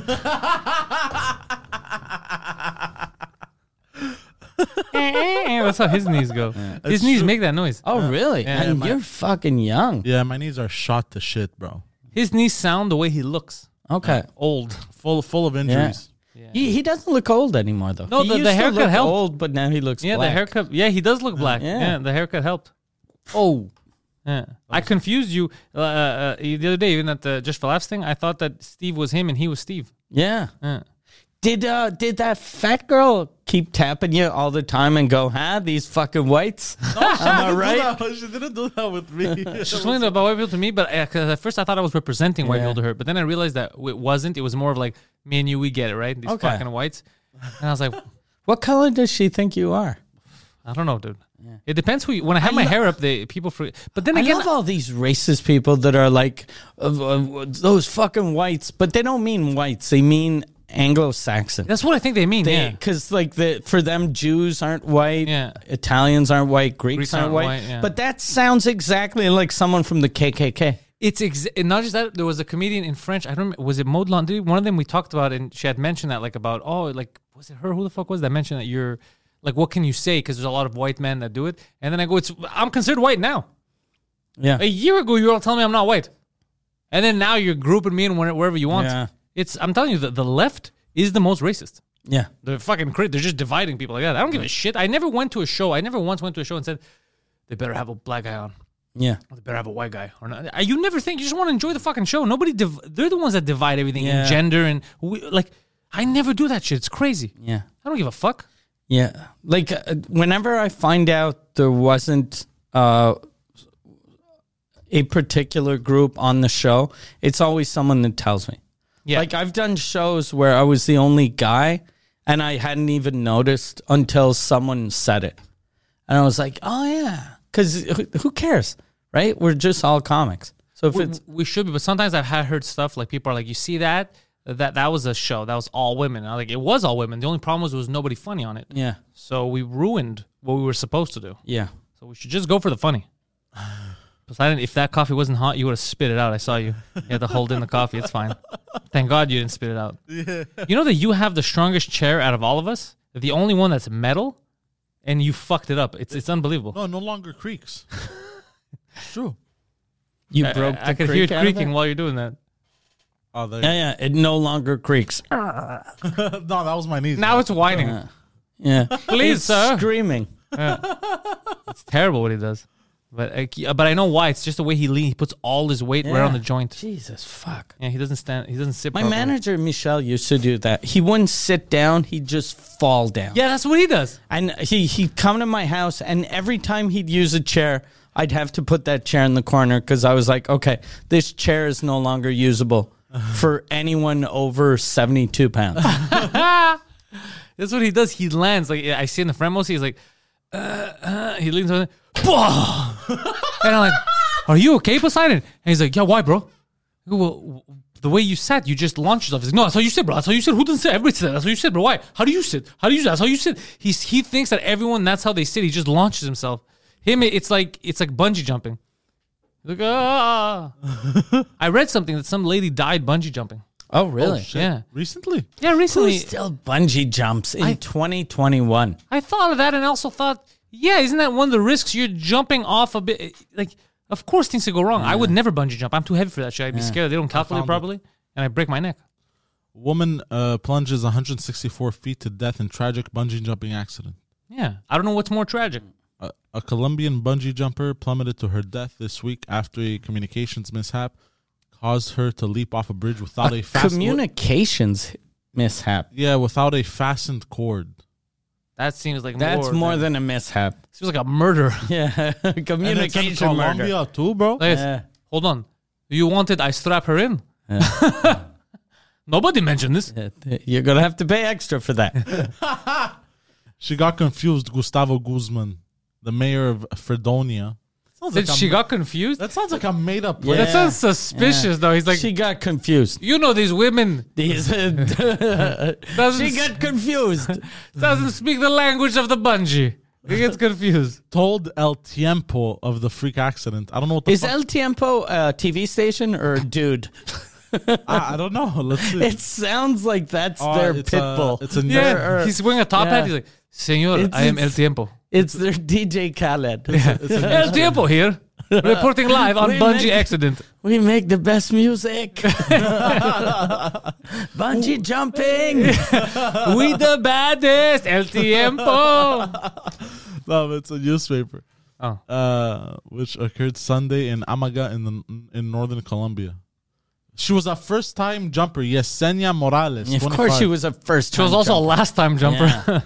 [SPEAKER 1] eh, That's how his knees go. His knees make that noise.
[SPEAKER 2] Oh really?
[SPEAKER 1] Yeah,
[SPEAKER 2] and
[SPEAKER 1] my-
[SPEAKER 2] you're fucking young.
[SPEAKER 3] Yeah, my knees are shot to shit, bro.
[SPEAKER 1] His knees sound the way he looks.
[SPEAKER 2] Okay.
[SPEAKER 1] Old.
[SPEAKER 3] Full full of injuries.
[SPEAKER 2] He, he doesn't look old anymore though.
[SPEAKER 1] No,
[SPEAKER 2] he
[SPEAKER 1] the- the
[SPEAKER 2] used to
[SPEAKER 1] haircut
[SPEAKER 2] look
[SPEAKER 1] helped.
[SPEAKER 2] old, but now he looks
[SPEAKER 1] Yeah, the
[SPEAKER 2] black.
[SPEAKER 1] haircut. Yeah, he does look black. Yeah,
[SPEAKER 2] Yeah.
[SPEAKER 1] the haircut helped.
[SPEAKER 2] Oh.
[SPEAKER 1] Yeah. I confused you uh, uh, the other day, even at the Just for Laughs thing. I thought that Steve was him and he was Steve.
[SPEAKER 2] Yeah.
[SPEAKER 1] Yeah.
[SPEAKER 2] Did uh did that fat girl keep tapping you all the time and go, "Huh, these fucking whites?" Am I right?
[SPEAKER 3] she didn't do that with me.
[SPEAKER 1] She's explained about white people to me, but uh 'cause at first I thought I was representing white
[SPEAKER 2] Yeah.
[SPEAKER 1] people to her, but then I realized that it wasn't. It was more of like me and you, we get it, right? These
[SPEAKER 2] Okay.
[SPEAKER 1] fucking whites. And I was like,
[SPEAKER 2] What color does she think you are?
[SPEAKER 1] I don't know, dude. It depends who. You, when I have my hair up, they people. For, but then
[SPEAKER 2] I
[SPEAKER 1] again,
[SPEAKER 2] love all these racist people that are like uh, uh, those fucking whites, but they don't mean whites. They mean Anglo-Saxon.
[SPEAKER 1] that's what I think they mean. yeah.
[SPEAKER 2] Because like the for them Jews aren't white,
[SPEAKER 1] Yeah.
[SPEAKER 2] Italians aren't white, Greeks,
[SPEAKER 1] Greeks
[SPEAKER 2] aren't,
[SPEAKER 1] aren't
[SPEAKER 2] white.
[SPEAKER 1] white, yeah.
[SPEAKER 2] But that sounds exactly like someone from the KKK.
[SPEAKER 1] It's ex- and not just that. There was a comedian in French. I don't remember. Was it Maud Landry? One of them we talked about, and she had mentioned that, like about oh, like was it her? Who the fuck was that mentioned that you're like, what can you say? Because there's a lot of white men that do it. And then I go, it's I'm considered white now.
[SPEAKER 2] Yeah.
[SPEAKER 1] A year ago, you were all telling me I'm not white, and then now you're grouping me in where- wherever you want.
[SPEAKER 2] Yeah.
[SPEAKER 1] It's I'm telling you that the left is the most racist.
[SPEAKER 2] Yeah.
[SPEAKER 1] They're fucking crit. They're just dividing people like that. I don't give a shit. I never went to a show. I never once went to a show and said they better have a black guy on.
[SPEAKER 2] Yeah.
[SPEAKER 1] Well, they better have a white guy or not. Uh, You never think. You just want to enjoy the fucking show. Nobody. Div- they're the ones that divide everything
[SPEAKER 2] Yeah.
[SPEAKER 1] in gender and we, like. I never do that shit. It's crazy.
[SPEAKER 2] Yeah.
[SPEAKER 1] I don't give a fuck.
[SPEAKER 2] Yeah. Like uh, whenever I find out there wasn't uh, a particular group on the show, it's always someone that tells me.
[SPEAKER 1] Yeah.
[SPEAKER 2] Like I've done shows where I was the only guy and I hadn't even noticed until someone said it. And I was like, oh, yeah. Because who, who cares? Right? We're just all comics. So if
[SPEAKER 1] we,
[SPEAKER 2] it's,
[SPEAKER 1] we should be. But sometimes I've had heard stuff like people are like, you see that. that that was a show that was all women. And I was like it was all women. The only problem was there was nobody funny on it.
[SPEAKER 2] Yeah.
[SPEAKER 1] So we ruined what we were supposed to do.
[SPEAKER 2] Yeah.
[SPEAKER 1] So we should just go for the funny. Poseidon, if that coffee wasn't hot, you would have spit it out. I saw you. You had to hold in the coffee. It's fine. Thank God you didn't spit it out. You know that you have the strongest chair out of all of us. The only one that's metal, and you fucked it up. It's it's unbelievable.
[SPEAKER 2] Oh,
[SPEAKER 3] No, no longer creaks. it's true.
[SPEAKER 2] You
[SPEAKER 1] I-
[SPEAKER 2] broke.
[SPEAKER 1] I,
[SPEAKER 2] the
[SPEAKER 1] I could hear
[SPEAKER 2] creak
[SPEAKER 1] it
[SPEAKER 2] out of
[SPEAKER 1] creaking
[SPEAKER 2] it?
[SPEAKER 1] while you're doing that.
[SPEAKER 3] Oh, there
[SPEAKER 2] Yeah, yeah. It no longer creaks.
[SPEAKER 3] no, that was my knees.
[SPEAKER 1] Now it's whining.
[SPEAKER 2] Yeah.
[SPEAKER 1] Please,
[SPEAKER 2] It's
[SPEAKER 1] sir.
[SPEAKER 2] Screaming.
[SPEAKER 1] It's terrible what he does. But I, but I know why. It's just the way he leans. He puts all his weight right on the
[SPEAKER 2] Yeah.
[SPEAKER 1] joint.
[SPEAKER 2] Jesus fuck.
[SPEAKER 1] Yeah, he doesn't stand. He doesn't sit.
[SPEAKER 2] My
[SPEAKER 1] properly.
[SPEAKER 2] manager Michelle used to do that. He wouldn't sit down. He'd just fall down.
[SPEAKER 1] Yeah, that's what he does.
[SPEAKER 2] And he he'd come to my house, and every time he'd use a chair, I'd have to put that chair in the corner because I was like, okay, this chair is no longer usable for anyone over seventy-two pounds.
[SPEAKER 1] That's what he does. He lands like I see in the front mostly. He's like, uh, uh, he leans over, there, "Bah!" and I'm like, "Are you okay, Poseidon?" And he's like, "Yeah, why, bro?" I go, well, w- the way you sat, you just launched yourself. He's like, "No, that's how you sit, bro. That's how you sit. Who doesn't sit? Everybody sits. That's how you sit, bro. Why? How do you sit? How do you? That's how you sit." He's he thinks that everyone that's how they sit. He just launches himself. Him, it's like it's like bungee jumping. Like ah, I read something that some lady died bungee jumping.
[SPEAKER 2] oh, really?
[SPEAKER 1] Yeah,
[SPEAKER 3] recently.
[SPEAKER 1] yeah. Recently,
[SPEAKER 2] Who still bungee jumps in twenty twenty-one?
[SPEAKER 1] I thought of that and also thought, yeah, isn't that one of the risks? You're jumping off a bit. Like, of course things could go wrong. I would never bungee jump. I'm too heavy for that shit. I'd be scared. They don't calculate properly, and I break my neck.
[SPEAKER 3] Woman uh, plunges 164 feet to death in tragic bungee jumping accident.
[SPEAKER 1] Yeah, I don't know what's more tragic.
[SPEAKER 3] A, a Colombian bungee jumper plummeted to her death this week after a communications mishap caused her to leap off a bridge without a,
[SPEAKER 2] A
[SPEAKER 3] fast
[SPEAKER 2] communications mishap.
[SPEAKER 3] yeah, without a fastened cord.
[SPEAKER 1] That seems like
[SPEAKER 2] That's more
[SPEAKER 1] than,
[SPEAKER 2] than a mishap.
[SPEAKER 1] seems like a murder.
[SPEAKER 2] Yeah,
[SPEAKER 3] And it's in
[SPEAKER 2] communication murder.
[SPEAKER 3] Colombia too, bro.
[SPEAKER 1] Like,
[SPEAKER 2] Yeah.
[SPEAKER 1] hold on, you wanted I strap her in. Nobody mentioned this.
[SPEAKER 2] You're gonna have to pay extra for that.
[SPEAKER 3] She got confused. Gustavo Guzman, the mayor of Fredonia. Sounds
[SPEAKER 1] Did
[SPEAKER 3] like
[SPEAKER 1] she
[SPEAKER 3] a-
[SPEAKER 1] got confused?
[SPEAKER 3] That sounds like a made up.
[SPEAKER 2] Yeah.
[SPEAKER 1] That sounds suspicious, though. He's like,
[SPEAKER 2] she got confused.
[SPEAKER 1] you know, these women
[SPEAKER 2] These, uh,
[SPEAKER 1] doesn't
[SPEAKER 2] she got confused.
[SPEAKER 1] doesn't speak the language of the bungee. He gets confused.
[SPEAKER 3] Told El Tiempo of the freak accident. I don't know what the
[SPEAKER 2] Is
[SPEAKER 3] fuck.
[SPEAKER 2] El Tiempo a TV station or a dude?
[SPEAKER 3] Ah, I, I don't know. Let's see.
[SPEAKER 2] It sounds like that's
[SPEAKER 3] Oh,
[SPEAKER 2] their
[SPEAKER 3] it's
[SPEAKER 2] pit
[SPEAKER 3] a-
[SPEAKER 2] bull.
[SPEAKER 3] it's a
[SPEAKER 1] Yeah,
[SPEAKER 3] nerd.
[SPEAKER 1] he's wearing a top
[SPEAKER 2] yeah.
[SPEAKER 1] hat. He's like, Senor,
[SPEAKER 2] It's-
[SPEAKER 1] I am El
[SPEAKER 2] it's-
[SPEAKER 1] Tiempo.
[SPEAKER 2] It's their DJ Khaled.
[SPEAKER 1] El Tiempo here, reporting live on
[SPEAKER 2] We
[SPEAKER 1] bungee
[SPEAKER 2] make-
[SPEAKER 1] accident.
[SPEAKER 2] We make the best music. Bungee jumping.
[SPEAKER 1] we the baddest, El Tiempo.
[SPEAKER 3] No, it's a newspaper.
[SPEAKER 1] Oh.
[SPEAKER 3] Uh, which occurred Sunday in Amaga in the in northern Colombia. She was a first time jumper. Yes, Senya Morales.
[SPEAKER 2] Of course, she
[SPEAKER 3] 25.
[SPEAKER 2] was a first.
[SPEAKER 1] She was also a last time jumper.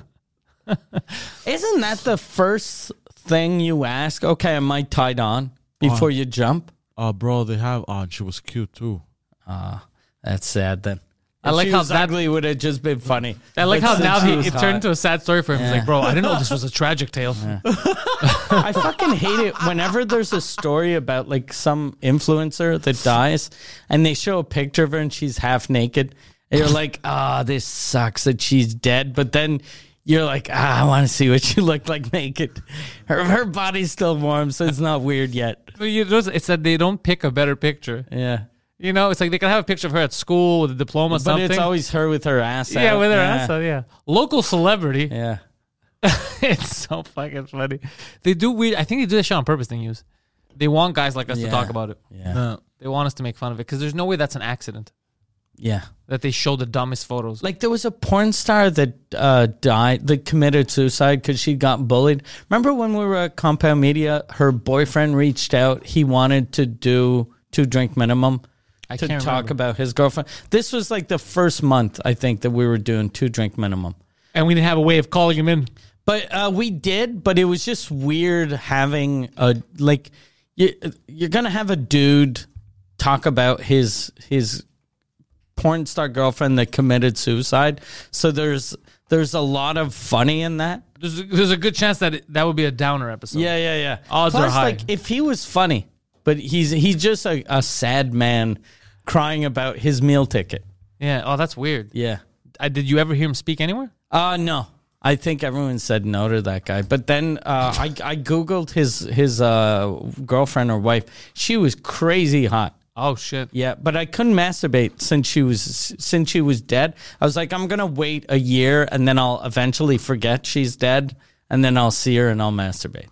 [SPEAKER 2] Isn't that the first thing you ask? Okay, am I tied on before you jump?
[SPEAKER 3] Oh, bro, they have. Oh, and she was cute too.
[SPEAKER 2] That's sad then.
[SPEAKER 1] I like how that-
[SPEAKER 2] ugly would have just been funny.
[SPEAKER 1] I like
[SPEAKER 2] But
[SPEAKER 1] how
[SPEAKER 2] since
[SPEAKER 1] now
[SPEAKER 2] she
[SPEAKER 1] he,
[SPEAKER 2] was
[SPEAKER 1] it
[SPEAKER 2] hot-
[SPEAKER 1] turned into a sad story for him. He's
[SPEAKER 2] Yeah.
[SPEAKER 1] like, bro, I didn't know this was a tragic tale.
[SPEAKER 2] I fucking hate it whenever there's a story about like some influencer that dies, and they show a picture of her and she's half naked, and you're like, ah, this sucks that she's dead. But then you're like, ah, I want to see what she looked like naked. Her her body's still warm, so it's not weird yet.
[SPEAKER 1] But you know, It's that they don't pick a better picture.
[SPEAKER 2] Yeah.
[SPEAKER 1] You know, it's like they can have a picture of her at school with a diploma, or
[SPEAKER 2] But
[SPEAKER 1] something.
[SPEAKER 2] it's always her with her ass out.
[SPEAKER 1] yeah, with her ass out. Yeah, local celebrity.
[SPEAKER 2] Yeah.
[SPEAKER 1] it's so fucking funny. They do weird. I think they do this shit on purpose. They use. They want guys like us to
[SPEAKER 2] Yeah.
[SPEAKER 1] talk about it.
[SPEAKER 2] Yeah.
[SPEAKER 3] Uh,
[SPEAKER 1] They want us to make fun of it because there's no way that's an accident
[SPEAKER 2] Yeah.
[SPEAKER 1] that they show the dumbest photos.
[SPEAKER 2] Like there was a porn star that uh, died, that committed suicide because she got bullied. Remember when we were at Compound Media? Her boyfriend reached out. He wanted to do two drink minimum
[SPEAKER 1] I
[SPEAKER 2] to
[SPEAKER 1] can't
[SPEAKER 2] talk
[SPEAKER 1] remember.
[SPEAKER 2] about his girlfriend. This was like the first month I think that we were doing two drink minimum.
[SPEAKER 1] and we didn't have a way of calling him in.
[SPEAKER 2] But uh, we did, but it was just weird having a like you, you're gonna have a dude talk about his his porn star girlfriend that committed suicide. So there's there's a lot of funny in that.
[SPEAKER 1] There's a, there's a good chance that it, that would be a downer episode.
[SPEAKER 2] Yeah, yeah, yeah.
[SPEAKER 1] Odds are
[SPEAKER 2] Plus,
[SPEAKER 1] high.
[SPEAKER 2] Like if he was funny, but he's he's just a, a sad man crying about his meal ticket.
[SPEAKER 1] Yeah. Oh, that's weird.
[SPEAKER 2] Yeah.
[SPEAKER 1] I, did you ever hear him speak anywhere?
[SPEAKER 2] Uh no. I think everyone said no to that guy. But then uh, I I googled his his uh, girlfriend or wife. She was crazy hot.
[SPEAKER 1] Oh shit.
[SPEAKER 2] Yeah, but I couldn't masturbate since she was since she was dead. I was like, I'm gonna wait a year and then I'll eventually forget she's dead, and then I'll see her and I'll masturbate.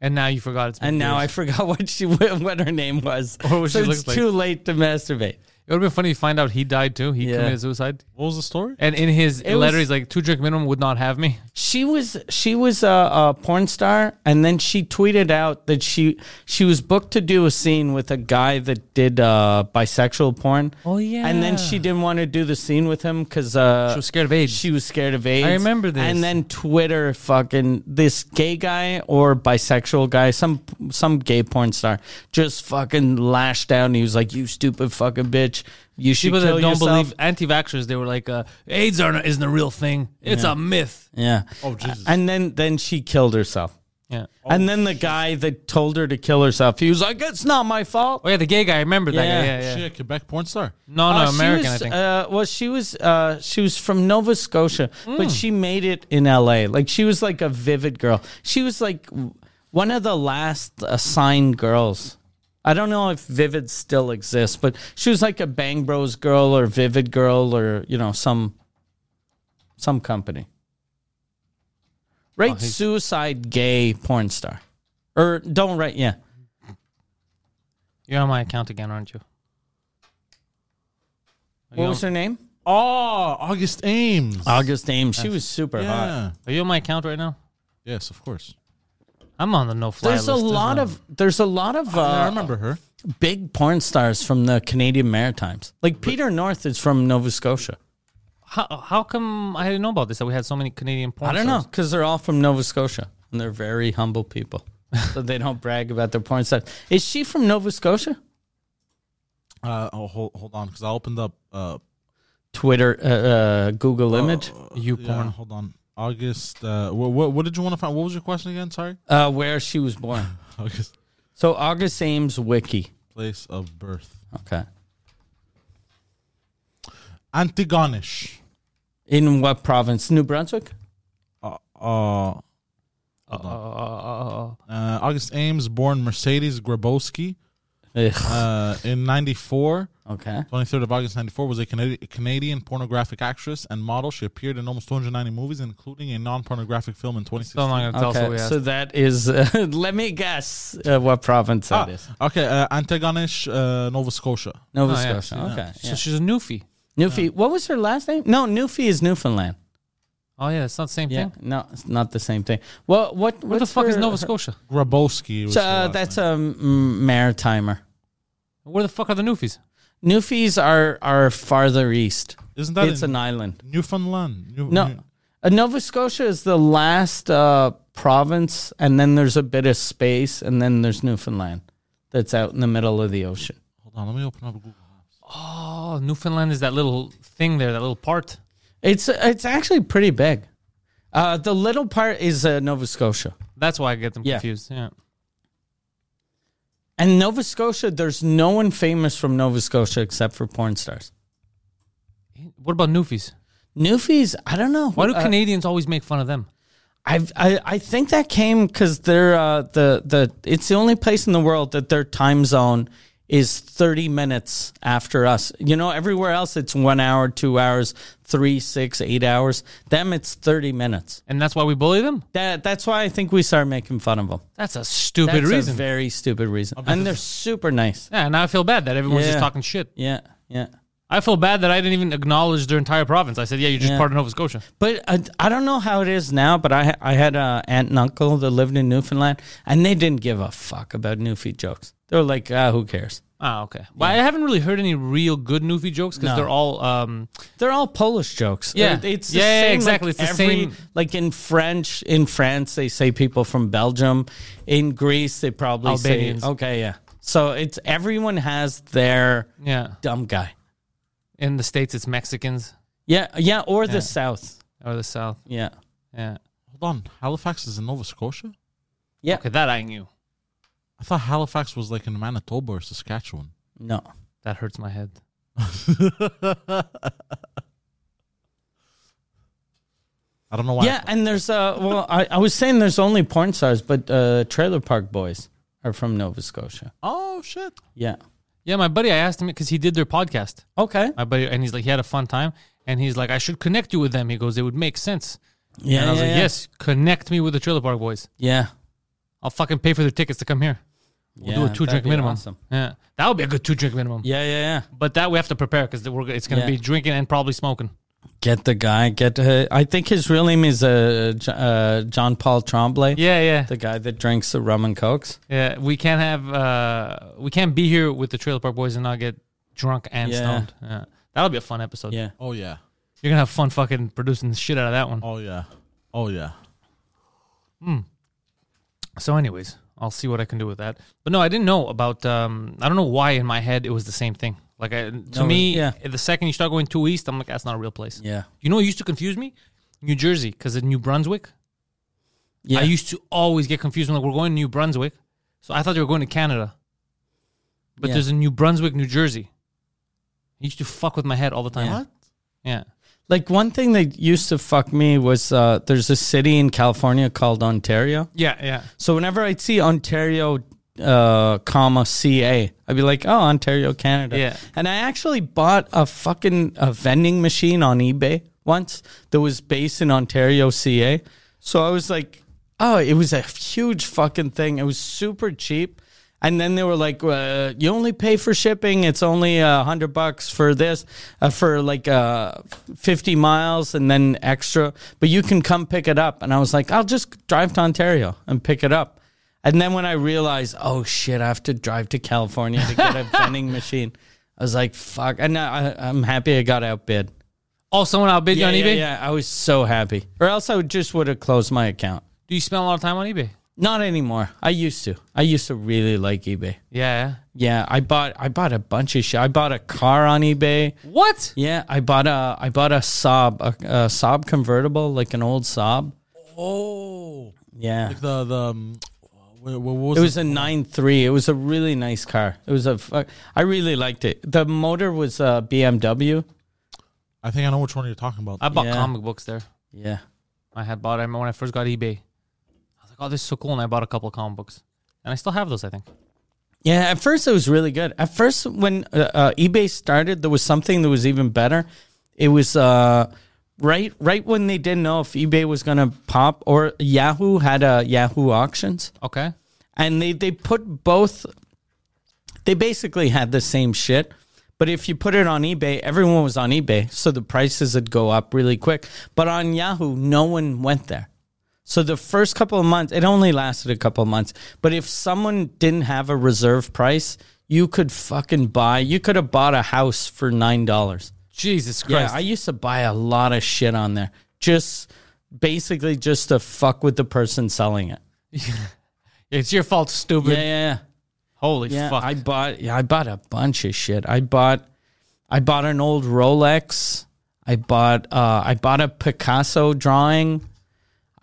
[SPEAKER 1] And now you forgot. It's been
[SPEAKER 2] And now I
[SPEAKER 1] years.
[SPEAKER 2] forgot what she what her name was.
[SPEAKER 1] Or what
[SPEAKER 2] so
[SPEAKER 1] she
[SPEAKER 2] it's
[SPEAKER 1] looked like.
[SPEAKER 2] too late to masturbate.
[SPEAKER 1] It would have been funny to find out he died too. He
[SPEAKER 2] Yeah.
[SPEAKER 1] committed suicide.
[SPEAKER 3] What was the story?
[SPEAKER 2] Eh.
[SPEAKER 1] And in his
[SPEAKER 2] It
[SPEAKER 1] letter,
[SPEAKER 2] was-
[SPEAKER 1] he's like, two drink minimum would not have me.
[SPEAKER 2] She was she was a, a porn star, and then she tweeted out that she she was booked to do a scene with a guy that did uh, bisexual porn.
[SPEAKER 1] Oh, yeah.
[SPEAKER 2] and then she didn't want to do the scene with him because uh,
[SPEAKER 1] She was scared of AIDS.
[SPEAKER 2] She was scared of AIDS.
[SPEAKER 1] I remember this.
[SPEAKER 2] And then Twitter, fucking this gay guy or bisexual guy, some some gay porn star, just fucking lashed out. And he was like, "You stupid fucking bitch! You should
[SPEAKER 1] People
[SPEAKER 2] kill
[SPEAKER 1] that don't
[SPEAKER 2] yourself."
[SPEAKER 1] believe anti-vaxxers, they were like, uh, AIDS are not, isn't a real thing. It's a myth.
[SPEAKER 2] Yeah.
[SPEAKER 3] Oh, Jesus.
[SPEAKER 2] And then then she killed herself.
[SPEAKER 1] Yeah.
[SPEAKER 2] and then the guy that told her to kill herself, he was like, "It's not my fault."
[SPEAKER 1] Oh yeah, the gay guy. I remember that guy.
[SPEAKER 2] Yeah.
[SPEAKER 1] Yeah, yeah.
[SPEAKER 3] She a Quebec porn star.
[SPEAKER 1] Oh, No, no,
[SPEAKER 2] Uh, she
[SPEAKER 1] American.
[SPEAKER 2] was,
[SPEAKER 1] I think.
[SPEAKER 2] Uh, well, she was uh, she was from Nova Scotia, but
[SPEAKER 1] Mm.
[SPEAKER 2] she made it in L.A. Like she was like a vivid girl. She was like w- one of the last assigned girls. I don't know if Vivid still exists, but she was like a Bang Bros girl or Vivid girl or you know some some company.
[SPEAKER 1] Oh,
[SPEAKER 2] Write suicide gay porn star, or don't write. Yeah,
[SPEAKER 1] You're on my account again, aren't you? Are you,
[SPEAKER 2] what
[SPEAKER 1] on,
[SPEAKER 2] was her name?
[SPEAKER 3] Oh, August Ames.
[SPEAKER 2] August Ames. She was super hot.
[SPEAKER 3] yeah.
[SPEAKER 1] are you on my account right now?
[SPEAKER 3] Yes, of course.
[SPEAKER 1] I'm on the no fly
[SPEAKER 2] There's a lot of there's a lot of uh,
[SPEAKER 3] Yeah, I remember her.
[SPEAKER 2] big porn stars from the Canadian Maritimes. Like Peter North is from Nova Scotia.
[SPEAKER 1] How, how come I didn't know about this? That we had so many Canadian porn
[SPEAKER 2] I don't know
[SPEAKER 1] stars?
[SPEAKER 2] because they're all from Nova Scotia and they're very humble people, so they don't brag about their porn stars. Is she from Nova Scotia?
[SPEAKER 3] Uh, oh, hold, hold on, because I opened up. Uh,
[SPEAKER 2] Twitter, uh, uh, Google image.
[SPEAKER 1] You
[SPEAKER 3] yeah,
[SPEAKER 1] porn.
[SPEAKER 3] Hold on. August. Uh, what, what, what did you want to find? What was your question again? Sorry.
[SPEAKER 2] Uh, where she was born.
[SPEAKER 3] August.
[SPEAKER 2] So August Ames wiki.
[SPEAKER 3] Place of birth.
[SPEAKER 2] Okay.
[SPEAKER 3] Antigonish.
[SPEAKER 2] In what province? New Brunswick.
[SPEAKER 3] Uh, uh,
[SPEAKER 1] Oh, Uh,
[SPEAKER 3] Uh, August Ames, born Mercedes Grabowski
[SPEAKER 2] Ugh.
[SPEAKER 3] uh, in 94.
[SPEAKER 2] Okay.
[SPEAKER 3] 23rd of August 94 was a Canadian, Canadian pornographic actress and model. She appeared in almost 290 movies, including a non pornographic film in
[SPEAKER 1] so I'm
[SPEAKER 3] 2016.
[SPEAKER 1] not gonna tell us what
[SPEAKER 2] Okay.
[SPEAKER 1] we
[SPEAKER 2] So
[SPEAKER 1] asked.
[SPEAKER 2] that is. Uh, let me guess uh, what province that is.
[SPEAKER 3] Ah, okay, uh, Antigonish, uh, Nova Scotia.
[SPEAKER 2] Nova
[SPEAKER 1] Oh, yeah,
[SPEAKER 2] Scotia.
[SPEAKER 1] yeah.
[SPEAKER 2] Okay.
[SPEAKER 1] So uh,
[SPEAKER 2] yeah.
[SPEAKER 1] she's a newfie.
[SPEAKER 2] Newfie. What was her last name? No, Newfie is Newfoundland.
[SPEAKER 1] Oh yeah, it's not the same
[SPEAKER 2] Yeah,
[SPEAKER 1] thing.
[SPEAKER 2] no, it's not the same thing. Well, what
[SPEAKER 1] Where the fuck is Nova
[SPEAKER 2] Scotia?
[SPEAKER 1] Scotia?
[SPEAKER 3] Grabowski. Was her
[SPEAKER 2] Uh,
[SPEAKER 3] last
[SPEAKER 2] that's
[SPEAKER 3] name.
[SPEAKER 2] a m- maritimer.
[SPEAKER 1] Where the fuck are the newfies?
[SPEAKER 2] Newfies are are farther east.
[SPEAKER 3] Isn't that
[SPEAKER 2] it's
[SPEAKER 3] in
[SPEAKER 2] an island?
[SPEAKER 3] Newfoundland? New-
[SPEAKER 2] No,
[SPEAKER 3] New-
[SPEAKER 2] Uh, Nova Scotia is the last uh, province, and then there's a bit of space, and then there's Newfoundland that's out in the middle of the ocean.
[SPEAKER 3] hold on, let me open up Google. Maps.
[SPEAKER 1] Oh, Newfoundland is that little thing there, that little part.
[SPEAKER 2] It's it's actually pretty big. Uh, the little part is uh, Nova Scotia.
[SPEAKER 1] That's why I get them
[SPEAKER 2] Yeah.
[SPEAKER 1] confused. Yeah.
[SPEAKER 2] And Nova Scotia, there's no one famous from Nova Scotia except for porn stars.
[SPEAKER 1] What about newfies?
[SPEAKER 2] Newfies, I don't know.
[SPEAKER 1] Why do
[SPEAKER 2] Uh,
[SPEAKER 1] Canadians always make fun of them?
[SPEAKER 2] I've, I I think that came because they're uh, the the it's the only place in the world that their time zone is 30 minutes after us. You know, everywhere else it's one hour, two hours, three, six, eight hours. Them it's 30 minutes.
[SPEAKER 1] And that's why we bully them?
[SPEAKER 2] That that's why I think we start making fun of them.
[SPEAKER 1] That's a stupid
[SPEAKER 2] That's
[SPEAKER 1] reason.
[SPEAKER 2] a very stupid reason, and they're super nice.
[SPEAKER 1] yeah, now I feel bad that everyone's
[SPEAKER 2] Yeah.
[SPEAKER 1] just talking shit.
[SPEAKER 2] Yeah, yeah.
[SPEAKER 1] I feel bad that I didn't even acknowledge their entire province. I said, yeah, you're just
[SPEAKER 2] Yeah.
[SPEAKER 1] part of Nova Scotia.
[SPEAKER 2] But I, I don't know how it is now, but I I had a aunt and uncle that lived in Newfoundland, and they didn't give a fuck about Newfie jokes. They were like, ah, who cares?
[SPEAKER 1] Ah, okay. But I haven't really heard any real good Newfie jokes because
[SPEAKER 2] No.
[SPEAKER 1] they're all. Um,
[SPEAKER 2] They're all Polish jokes.
[SPEAKER 1] Yeah.
[SPEAKER 2] It- it's the
[SPEAKER 1] Yeah, yeah,
[SPEAKER 2] same,
[SPEAKER 1] exactly.
[SPEAKER 2] Like
[SPEAKER 1] It's the
[SPEAKER 2] every-
[SPEAKER 1] same-
[SPEAKER 2] Like in French, in France, they say people from Belgium. In Greece, they probably
[SPEAKER 1] Albanians.
[SPEAKER 2] say okay, yeah. So it's everyone has their
[SPEAKER 1] yeah.
[SPEAKER 2] dumb guy.
[SPEAKER 1] In the States, it's Mexicans
[SPEAKER 2] Yeah, yeah, or
[SPEAKER 1] Yeah.
[SPEAKER 2] the South.
[SPEAKER 1] or the South.
[SPEAKER 2] Yeah,
[SPEAKER 1] Yeah.
[SPEAKER 3] Hold on, Halifax is in Nova Scotia.
[SPEAKER 2] yeah.
[SPEAKER 1] Okay, that I knew.
[SPEAKER 3] I thought Halifax was like in Manitoba or Saskatchewan.
[SPEAKER 2] No,
[SPEAKER 1] That hurts my head.
[SPEAKER 3] I don't know why.
[SPEAKER 2] Yeah, and there's uh well I, I was saying there's only porn stars, but uh Trailer Park Boys are from Nova Scotia.
[SPEAKER 3] Oh shit.
[SPEAKER 2] Yeah.
[SPEAKER 1] Yeah, my buddy, I asked him because he did their podcast.
[SPEAKER 2] Okay.
[SPEAKER 1] My buddy, and he's like, he had a fun time, and he's like, I should connect you with them. He goes, it would make sense.
[SPEAKER 2] Yeah.
[SPEAKER 1] and I was
[SPEAKER 2] yeah,
[SPEAKER 1] like,
[SPEAKER 2] yeah.
[SPEAKER 1] yes, connect me with the Trailer Park Boys.
[SPEAKER 2] Yeah.
[SPEAKER 1] I'll fucking pay for their tickets to come here. We'll do
[SPEAKER 2] Yeah,
[SPEAKER 1] a two
[SPEAKER 2] that'd
[SPEAKER 1] drink
[SPEAKER 2] be
[SPEAKER 1] minimum.
[SPEAKER 2] awesome.
[SPEAKER 1] Yeah, that would be a good two drink minimum.
[SPEAKER 2] Yeah, yeah, yeah.
[SPEAKER 1] But that we have to prepare because it's going to
[SPEAKER 2] Yeah.
[SPEAKER 1] be drinking and probably smoking.
[SPEAKER 2] Get the guy. Get. Uh, I think his real name is uh, J- uh John Paul Tremblay.
[SPEAKER 1] Yeah, yeah,
[SPEAKER 2] The guy that drinks the rum and cokes.
[SPEAKER 1] yeah. We can't have uh, we can't be here with the Trailer Park Boys and not get drunk and
[SPEAKER 2] Yeah.
[SPEAKER 1] stoned. Yeah. That'll be a fun episode.
[SPEAKER 2] Yeah.
[SPEAKER 3] Oh yeah.
[SPEAKER 1] You're gonna have fun fucking producing the shit out of that one.
[SPEAKER 3] Oh yeah. Oh yeah.
[SPEAKER 1] So, anyways, I'll see what I can do with that. But no, I didn't know about. Um, I don't know why in my head it was the same thing. Like I, to
[SPEAKER 2] No,
[SPEAKER 1] me,
[SPEAKER 2] yeah.
[SPEAKER 1] the second you start going too east, I'm like, that's not a real place.
[SPEAKER 2] Yeah.
[SPEAKER 1] You know, what used to confuse me, New Jersey, because in New Brunswick,
[SPEAKER 2] Yeah.
[SPEAKER 1] I used to always get confused. when like, we're going to New Brunswick, so I thought they were going to Canada, but
[SPEAKER 2] Yeah.
[SPEAKER 1] there's a New Brunswick, New Jersey. It used to fuck with my head all the time.
[SPEAKER 2] Yeah.
[SPEAKER 1] What? Yeah.
[SPEAKER 2] like one thing that used to fuck me was uh there's a city in California called Ontario.
[SPEAKER 1] Yeah. Yeah.
[SPEAKER 2] So whenever I'd see Ontario, uh, comma CA, I'd be like, oh, Ontario, Canada.
[SPEAKER 1] Yeah.
[SPEAKER 2] And I actually bought a fucking a vending machine on eBay once that was based in Ontario, CA. So I was like, oh, it was a huge fucking thing. It was super cheap. And then they were like, uh, you only pay for shipping. It's only a hundred bucks for this, uh, for like uh, 50 miles and then extra, but you can come pick it up. And I was like, I'll just drive to Ontario and pick it up. And then when I realized, oh shit, I have to drive to California to get a vending machine, I was like, fuck. And I, I- I'm happy I got outbid.
[SPEAKER 1] Oh, someone outbid you on
[SPEAKER 2] yeah,
[SPEAKER 1] eBay.
[SPEAKER 2] yeah, I was so happy. Or else I would just would have closed my account.
[SPEAKER 1] Do you spend a lot of time on eBay?
[SPEAKER 2] Not anymore. I used to. I used to really like eBay.
[SPEAKER 1] Yeah. yeah.
[SPEAKER 2] Yeah, I bought I bought a bunch of shit. I bought a car on eBay.
[SPEAKER 1] What?
[SPEAKER 2] Yeah, I bought a I bought a Saab a, a Saab convertible, like an old Saab.
[SPEAKER 3] Oh.
[SPEAKER 2] Yeah.
[SPEAKER 3] Like the the. Um, what, what was
[SPEAKER 2] It was a nine three. It was a really nice car. It was a. fu- I really liked it. The motor was uh, a BMW.
[SPEAKER 3] I think I know which one you're talking about.
[SPEAKER 1] I bought
[SPEAKER 2] Yeah.
[SPEAKER 1] comic books there.
[SPEAKER 2] Yeah.
[SPEAKER 1] I had bought. I remember when I first got eBay. I was like, "Oh, this is so cool!" And I bought a couple of comic books, and I still have those. I think.
[SPEAKER 2] Yeah, at first it was really good. At first, when uh, uh, eBay started, there was something that was even better. It was uh, right right when they didn't know if eBay was going to pop or Yahoo had a Yahoo auctions.
[SPEAKER 1] Okay.
[SPEAKER 2] and they they put both they basically had the same shit but if you put it on ebay everyone was on ebay so the prices would go up really quick but on yahoo no one went there so the first couple of months it only lasted a couple of months but if someone didn't have a reserve price you could fucking buy you could have bought a house for nine dollars
[SPEAKER 1] Jesus
[SPEAKER 2] yeah
[SPEAKER 1] Christ.
[SPEAKER 2] i used to buy a lot of shit on there just basically just to fuck with the person selling it
[SPEAKER 1] it's your fault,
[SPEAKER 2] yeah
[SPEAKER 1] stupid.
[SPEAKER 2] yeah yeah
[SPEAKER 1] Holy
[SPEAKER 2] Yeah,
[SPEAKER 1] fuck.
[SPEAKER 2] I bought. Yeah, I bought a bunch of shit. I bought, I bought an old Rolex. I bought, uh, I bought a Picasso drawing.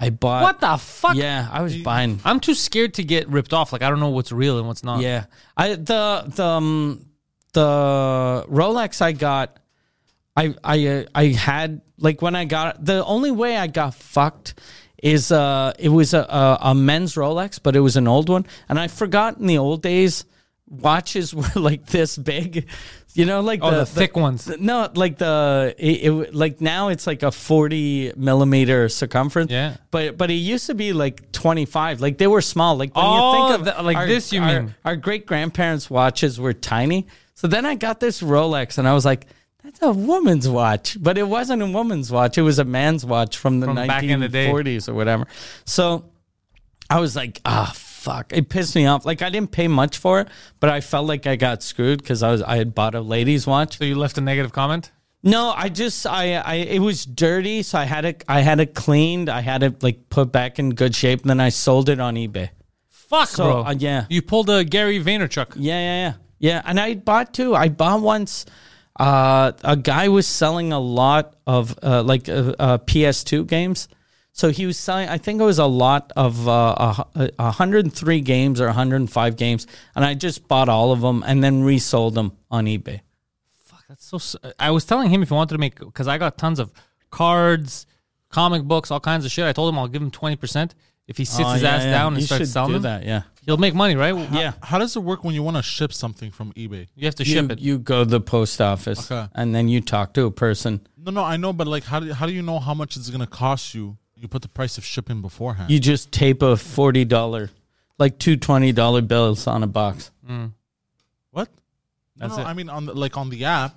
[SPEAKER 2] I bought.
[SPEAKER 1] what the fuck?
[SPEAKER 2] Uh, Yeah, I was buying.
[SPEAKER 1] I'm too scared to get ripped off. Like I don't know what's real and what's not.
[SPEAKER 2] Yeah, I the the um, the Rolex I got. I I uh, I had like when I got the only way I got fucked is uh it was a, a a men's Rolex but it was an old one and I forgot in the old days watches were like this big you know like
[SPEAKER 1] Oh, the, thick ones.
[SPEAKER 2] the- no like the it, it like now it's like a 40 millimeter circumference
[SPEAKER 1] Yeah.
[SPEAKER 2] but but it used to be like 25 like they were small like when you
[SPEAKER 1] Oh,
[SPEAKER 2] think of
[SPEAKER 1] the- like this you
[SPEAKER 2] our,
[SPEAKER 1] mean.
[SPEAKER 2] our great grandparents watches were tiny so then i got this rolex and i was like that's a woman's watch but it wasn't a woman's watch it was a man's watch from the
[SPEAKER 1] From back in the day.
[SPEAKER 2] 1940s or whatever so I was like, ah, fuck. It pissed me off. Like I didn't pay much for it, but I felt like I got screwed because I was I had bought a lady's watch.
[SPEAKER 1] so you left a negative comment.
[SPEAKER 2] No, I just I, I it was dirty, so I had it I had it cleaned, I had it like put back in good shape, and then I sold it on eBay.
[SPEAKER 1] Fuck,
[SPEAKER 2] So,
[SPEAKER 1] bro.
[SPEAKER 2] uh, yeah.
[SPEAKER 1] You pulled a Gary Vaynerchuk.
[SPEAKER 2] Yeah, yeah, yeah, yeah. And I bought two. I bought once. Uh, a guy was selling a lot of uh, like uh, uh, PS2 games. So he was selling. I think it was a lot of uh, a hu- a 103 games or 105 games, and I just bought all of them and then resold them on eBay.
[SPEAKER 1] That's so. s- I was telling him if he wanted to make, because I got tons of cards, comic books, all kinds of shit. I told him I'll give him twenty percent if he sits
[SPEAKER 2] Oh,
[SPEAKER 1] his
[SPEAKER 2] yeah,
[SPEAKER 1] ass
[SPEAKER 2] yeah.
[SPEAKER 1] down and
[SPEAKER 2] You
[SPEAKER 1] starts
[SPEAKER 2] should
[SPEAKER 1] selling
[SPEAKER 2] do
[SPEAKER 1] them.
[SPEAKER 2] that. Yeah,
[SPEAKER 1] He'll make money, right?
[SPEAKER 2] yeah.
[SPEAKER 3] How does it work when you want to ship something from eBay?
[SPEAKER 1] You have to
[SPEAKER 2] You,
[SPEAKER 1] ship it.
[SPEAKER 2] you go to the post office
[SPEAKER 3] Okay.
[SPEAKER 2] and then you talk to a person.
[SPEAKER 3] No, no, I know, but like, how do how do you know how much it's gonna cost you? You put the price of shipping beforehand.
[SPEAKER 2] You just tape a forty dollar, like two twenty dollar bills on a box.
[SPEAKER 3] what? No,
[SPEAKER 1] That's
[SPEAKER 3] no,
[SPEAKER 1] it.
[SPEAKER 3] I mean, on the, like on the app,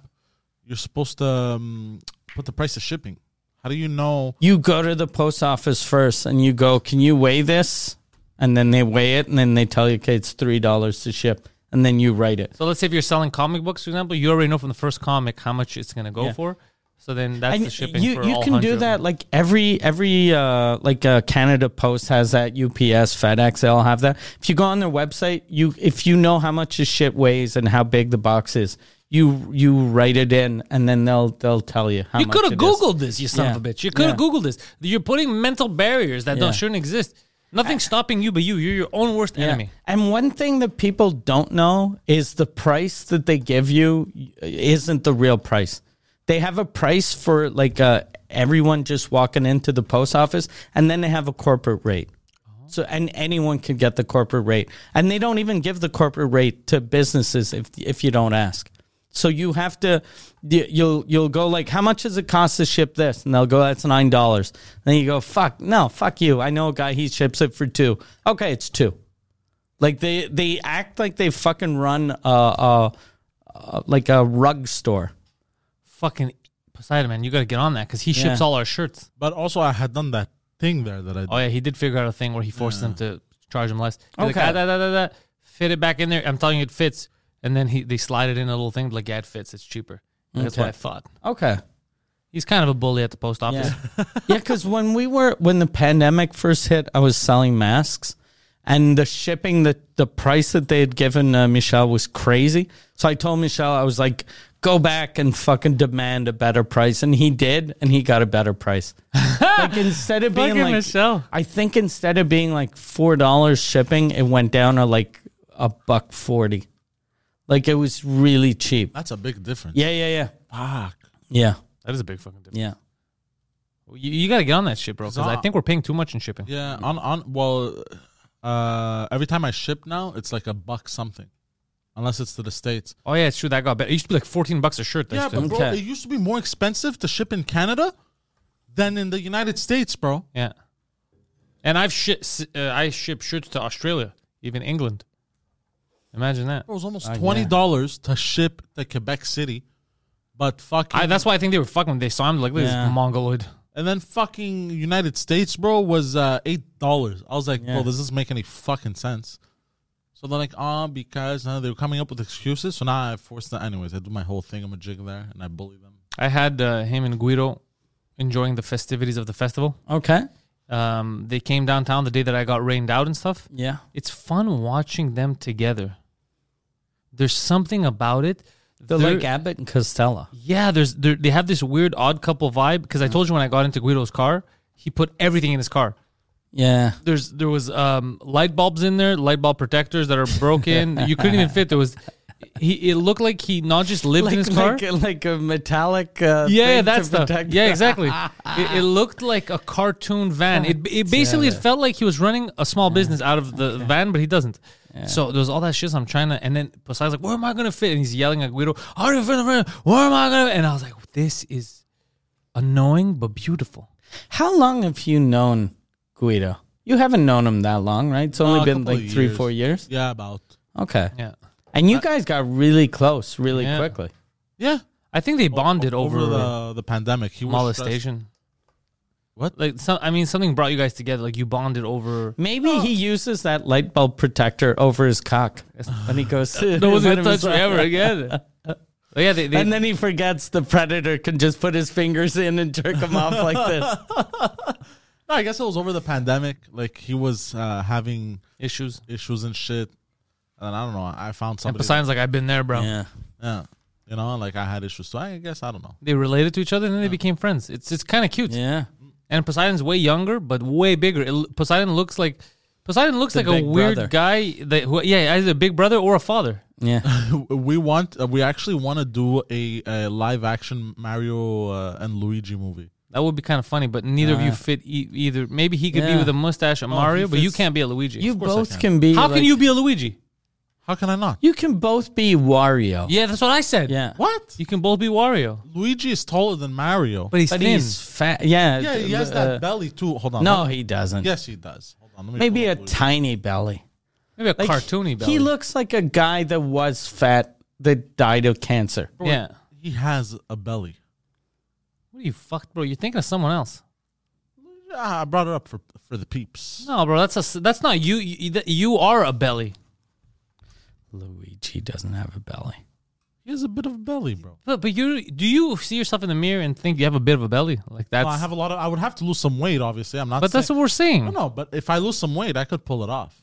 [SPEAKER 3] you're supposed to um, put the price of shipping. How do you know?
[SPEAKER 2] You go to the post office first and you go, "Can you weigh this?" And then they weigh it, and then they tell you, "Okay, it's three dollars to ship," and then you write it.
[SPEAKER 1] So let's say if you're selling comic books, for example, you already know from the first comic how much it's gonna go
[SPEAKER 2] Yeah.
[SPEAKER 1] for. So then that's
[SPEAKER 2] And
[SPEAKER 1] the shipping.
[SPEAKER 2] You
[SPEAKER 1] for
[SPEAKER 2] you
[SPEAKER 1] all
[SPEAKER 2] can
[SPEAKER 1] 100
[SPEAKER 2] do
[SPEAKER 1] of
[SPEAKER 2] that
[SPEAKER 1] them.
[SPEAKER 2] like every every uh, like uh, Canada Post has that UPS FedEx they all have that. If you go on their website, you if you know how much the shit weighs and how big the box is, you you write it in and then they'll they'll tell you how
[SPEAKER 1] You
[SPEAKER 2] much
[SPEAKER 1] could have
[SPEAKER 2] it is.
[SPEAKER 1] googled this, you son
[SPEAKER 2] Yeah.
[SPEAKER 1] of a bitch. You could have
[SPEAKER 2] Yeah.
[SPEAKER 1] googled this. You're putting mental barriers that
[SPEAKER 2] Yeah.
[SPEAKER 1] don't shouldn't exist. Nothing's stopping you but you. You're your own worst
[SPEAKER 2] Yeah.
[SPEAKER 1] enemy.
[SPEAKER 2] And one thing that people don't know is the price that they give you isn't the real price. They have a price for like uh, everyone just walking into the post office, and then they have a corporate rate.
[SPEAKER 1] Oh.
[SPEAKER 2] So and anyone can get the corporate rate, and they don't even give the corporate rate to businesses if if you don't ask. So you have to, you- you'll you'll go like, how much does it cost to ship this? And they'll go, that's nine dollars. Then you go, fuck no, fuck you. I know a guy he ships it for two. Okay, it's two. Like they they act like they fucking run a, a, a like a rug store.
[SPEAKER 1] Fucking Poseidon, man. You got to get on that because he ships
[SPEAKER 2] Yeah.
[SPEAKER 1] all our shirts.
[SPEAKER 3] But also, I had done that thing there that I. Did.
[SPEAKER 1] Oh yeah, he did figure out a thing where he forced them to charge him less. He's like,
[SPEAKER 2] Okay.
[SPEAKER 1] "Ah, da, da, da, da." fit it back in there. I'm telling you, it fits. And then he they slide it in a little thing like, yeah, it fits. It's cheaper. That's what
[SPEAKER 2] Okay.
[SPEAKER 1] I thought.
[SPEAKER 2] Okay.
[SPEAKER 1] He's kind of a bully at the post office.
[SPEAKER 2] Yeah. yeah, because when we were when the pandemic first hit, I was selling masks, and the shipping the the price that they had given uh, Michelle was crazy. So I told Michelle I was like, go back and fucking demand a better price, and he did, and he got a better price. like instead of being
[SPEAKER 1] Fucking
[SPEAKER 2] like,
[SPEAKER 1] Michelle.
[SPEAKER 2] I think instead of being like four dollars shipping, it went down to like a buck forty. Like it was really cheap.
[SPEAKER 3] That's a big difference.
[SPEAKER 2] Yeah, yeah, yeah,
[SPEAKER 3] Fuck.
[SPEAKER 2] yeah,
[SPEAKER 1] That is a big fucking difference.
[SPEAKER 2] yeah.
[SPEAKER 1] You, you got to get on that shit, bro. Because I
[SPEAKER 3] Zah-
[SPEAKER 1] think we're paying too much in shipping.
[SPEAKER 3] Yeah. On on well, uh, every time I ship now, it's like a buck something, unless it's to the states.
[SPEAKER 1] Oh yeah, it's true. That got better. It used to be like 14 bucks a shirt. that
[SPEAKER 3] Yeah,
[SPEAKER 1] used to-
[SPEAKER 3] but bro,
[SPEAKER 2] Okay.
[SPEAKER 3] it used to be more expensive to ship in Canada than in the United States, bro.
[SPEAKER 1] yeah. And I've shi s- uh, I ship shirts to Australia, even England. Imagine that.
[SPEAKER 3] Bro, it was almost
[SPEAKER 2] yeah.
[SPEAKER 3] twenty dollars to ship to Quebec City, but fucking
[SPEAKER 1] I, that's why I think they were fucking. when They saw him like this
[SPEAKER 2] Yeah.
[SPEAKER 1] mongoloid.
[SPEAKER 3] and then fucking United States, bro, was uh, eight dollars. I was like,
[SPEAKER 2] Yeah.
[SPEAKER 3] bro, does this make any fucking sense? So they're like, ah, because now they're coming up with excuses. So now I force them. Anyways, I do my whole thing. I'm a jig there, and I bully them.
[SPEAKER 1] I had uh, him and Guido enjoying the festivities of the festival.
[SPEAKER 2] Okay.
[SPEAKER 1] Um, they came downtown the day that I got rained out and stuff.
[SPEAKER 2] Yeah.
[SPEAKER 1] It's fun watching them together. There's something about it.
[SPEAKER 2] The
[SPEAKER 1] They're-
[SPEAKER 2] Lake Abbott and Costello.
[SPEAKER 1] Yeah, there's there, they have this weird odd couple vibe because
[SPEAKER 2] Mm.
[SPEAKER 1] I told you when I got into Guido's car, he put everything in his car.
[SPEAKER 2] Yeah.
[SPEAKER 1] There's there was um, light bulbs in there, light bulb protectors that are broken. you couldn't even fit. There was he. It looked like he not just lived in his car.
[SPEAKER 2] like, like a metallic. Uh,
[SPEAKER 1] yeah, yeah,
[SPEAKER 2] thing
[SPEAKER 1] that
[SPEAKER 2] to
[SPEAKER 1] stuff.
[SPEAKER 2] protect-
[SPEAKER 1] Yeah, exactly. it, it looked like a cartoon van. It, it basically it felt like he was running a small business out of the van, but he doesn't. So there's all that shit. So I'm trying to, and then Poseidon's like, "Where am I gonna fit?" And he's yelling at Guido, "How do you fit in the van? Where am I gonna?" And I was like, "This is annoying but beautiful."
[SPEAKER 2] How long have you known Guido? You haven't known him that long, right? It's only
[SPEAKER 3] Uh, a
[SPEAKER 2] been
[SPEAKER 3] couple
[SPEAKER 2] like
[SPEAKER 3] of
[SPEAKER 2] three, four years.
[SPEAKER 3] Yeah, about.
[SPEAKER 2] Okay.
[SPEAKER 1] Yeah, Uh,
[SPEAKER 2] And you guys got really close really
[SPEAKER 1] Yeah.
[SPEAKER 2] quickly.
[SPEAKER 3] Yeah,
[SPEAKER 1] I think they bonded over,
[SPEAKER 3] over, the the pandemic. He was stressed.
[SPEAKER 1] molestation.
[SPEAKER 3] What?
[SPEAKER 1] Like, some, I mean, something brought you guys together. Like you bonded over.
[SPEAKER 2] Maybe he uses that light bulb protector over his cock when he goes to.
[SPEAKER 1] No one's
[SPEAKER 2] when
[SPEAKER 1] gonna
[SPEAKER 2] it was
[SPEAKER 1] touch me
[SPEAKER 2] on.
[SPEAKER 1] ever again. But yeah, they, they,
[SPEAKER 2] And then he forgets the predator can just put his fingers in and jerk him off like this.
[SPEAKER 3] No, I guess it was over the pandemic. Like he was uh, having
[SPEAKER 1] issues.
[SPEAKER 3] issues and shit, and I don't know. I found
[SPEAKER 1] And
[SPEAKER 3] somebody.
[SPEAKER 1] Poseidon's like, "I've been there, bro."
[SPEAKER 3] yeah, you know, like I had issues. So I guess I don't know.
[SPEAKER 1] they related to each other and then they became friends. It's it's kind of cute.
[SPEAKER 2] Yeah.
[SPEAKER 1] And Poseidon's way younger but way bigger. It, l- Poseidon looks like Poseidon looks
[SPEAKER 2] The
[SPEAKER 1] like a
[SPEAKER 2] big
[SPEAKER 1] weird
[SPEAKER 2] brother.
[SPEAKER 1] guy that who, yeah, either a big brother or a father.
[SPEAKER 2] Yeah.
[SPEAKER 3] we want uh, we actually want to do a, a live action Mario uh, and Luigi movie.
[SPEAKER 1] That would be kind of funny, but neither of you fit e- either. Maybe he could be
[SPEAKER 2] Yeah.
[SPEAKER 1] with a mustache, a
[SPEAKER 3] he
[SPEAKER 1] Mario, but you
[SPEAKER 3] fits-
[SPEAKER 1] can't be a Luigi.
[SPEAKER 2] You
[SPEAKER 3] course I
[SPEAKER 2] both
[SPEAKER 3] can.
[SPEAKER 2] can. be.
[SPEAKER 1] How
[SPEAKER 2] like-
[SPEAKER 1] can you be a Luigi?
[SPEAKER 3] How can I not?
[SPEAKER 2] You can both be Wario.
[SPEAKER 1] Yeah, that's what I said.
[SPEAKER 2] Yeah.
[SPEAKER 3] What?
[SPEAKER 1] you can both be Wario,
[SPEAKER 3] Luigi is taller than Mario.
[SPEAKER 1] but he's
[SPEAKER 2] But
[SPEAKER 1] thin.
[SPEAKER 2] he's fat. Yeah.
[SPEAKER 3] yeah, he has
[SPEAKER 2] uh,
[SPEAKER 3] that belly too. Hold on.
[SPEAKER 2] no,
[SPEAKER 3] let-
[SPEAKER 2] he doesn't.
[SPEAKER 3] yes, he does. Hold on. Let me
[SPEAKER 2] Maybe
[SPEAKER 3] pull
[SPEAKER 2] a
[SPEAKER 3] up Luigi.
[SPEAKER 2] tiny belly.
[SPEAKER 1] Maybe a
[SPEAKER 2] Like,
[SPEAKER 1] cartoony belly.
[SPEAKER 2] He looks like a guy that was fat that died of cancer.
[SPEAKER 1] Yeah.
[SPEAKER 3] He has a belly.
[SPEAKER 1] What are you fucked, bro? You're thinking of someone else.
[SPEAKER 3] Ah, I brought it up for for the peeps.
[SPEAKER 1] No, bro. That's a s that's not you. You, you- you are a belly.
[SPEAKER 2] Luigi doesn't have a belly.
[SPEAKER 3] He has a bit of a belly, bro.
[SPEAKER 1] But but you do you see yourself in the mirror and think you have a bit of a belly? Like that's.
[SPEAKER 3] No, I have a lot of. I would have to lose some weight, obviously. I'm not.
[SPEAKER 1] but that's
[SPEAKER 3] saying-
[SPEAKER 1] what we're saying.
[SPEAKER 3] no, no. But if I lose some weight, I could pull it off.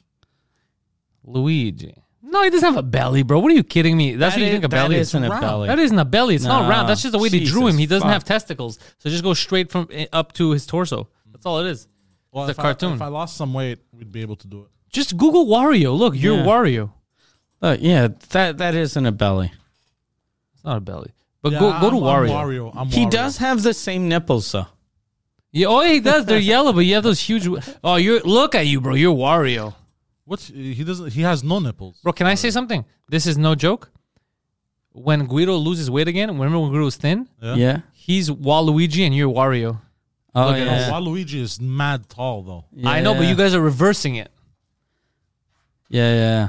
[SPEAKER 1] Luigi. No, he doesn't have a belly, bro. What are you kidding me? That's what you
[SPEAKER 2] is-
[SPEAKER 1] think a
[SPEAKER 2] that
[SPEAKER 1] belly is.
[SPEAKER 2] isn't a
[SPEAKER 3] round.
[SPEAKER 2] belly.
[SPEAKER 1] That isn't a belly. It's not
[SPEAKER 2] No.
[SPEAKER 1] round. That's just the way they drew
[SPEAKER 2] Jesus
[SPEAKER 1] him. He doesn't
[SPEAKER 2] fuck.
[SPEAKER 1] have testicles, so it just goes straight from eh, up to his torso. That's all it is.
[SPEAKER 3] Well,
[SPEAKER 1] It's
[SPEAKER 3] if
[SPEAKER 1] a
[SPEAKER 3] I,
[SPEAKER 1] cartoon.
[SPEAKER 3] if I lost some weight, we'd be able to do it.
[SPEAKER 1] Just Google Wario. Look, you're
[SPEAKER 2] Yeah.
[SPEAKER 1] Wario.
[SPEAKER 2] Uh, yeah, that that isn't a belly.
[SPEAKER 1] It's not a belly. But
[SPEAKER 3] Yeah,
[SPEAKER 1] go go to
[SPEAKER 3] I'm-
[SPEAKER 1] Wario.
[SPEAKER 3] I'm Wario. I'm
[SPEAKER 2] He
[SPEAKER 3] Wario.
[SPEAKER 2] does have the same nipples though.
[SPEAKER 1] Yeah, oh, he does. They're yellow, but you have those huge. Oh, you're look at you, bro. You're Wario.
[SPEAKER 3] What's he doesn't? He has no nipples.
[SPEAKER 1] Bro, can I say something? This is no joke. When Guido loses weight again, remember when Guido was thin?
[SPEAKER 3] Yeah.
[SPEAKER 2] Yeah.
[SPEAKER 1] He's Waluigi and you're Wario.
[SPEAKER 2] Oh
[SPEAKER 1] Look at
[SPEAKER 3] No,
[SPEAKER 2] yeah.
[SPEAKER 3] Waluigi is mad tall though.
[SPEAKER 1] I know, but you guys are reversing it.
[SPEAKER 2] Yeah, yeah.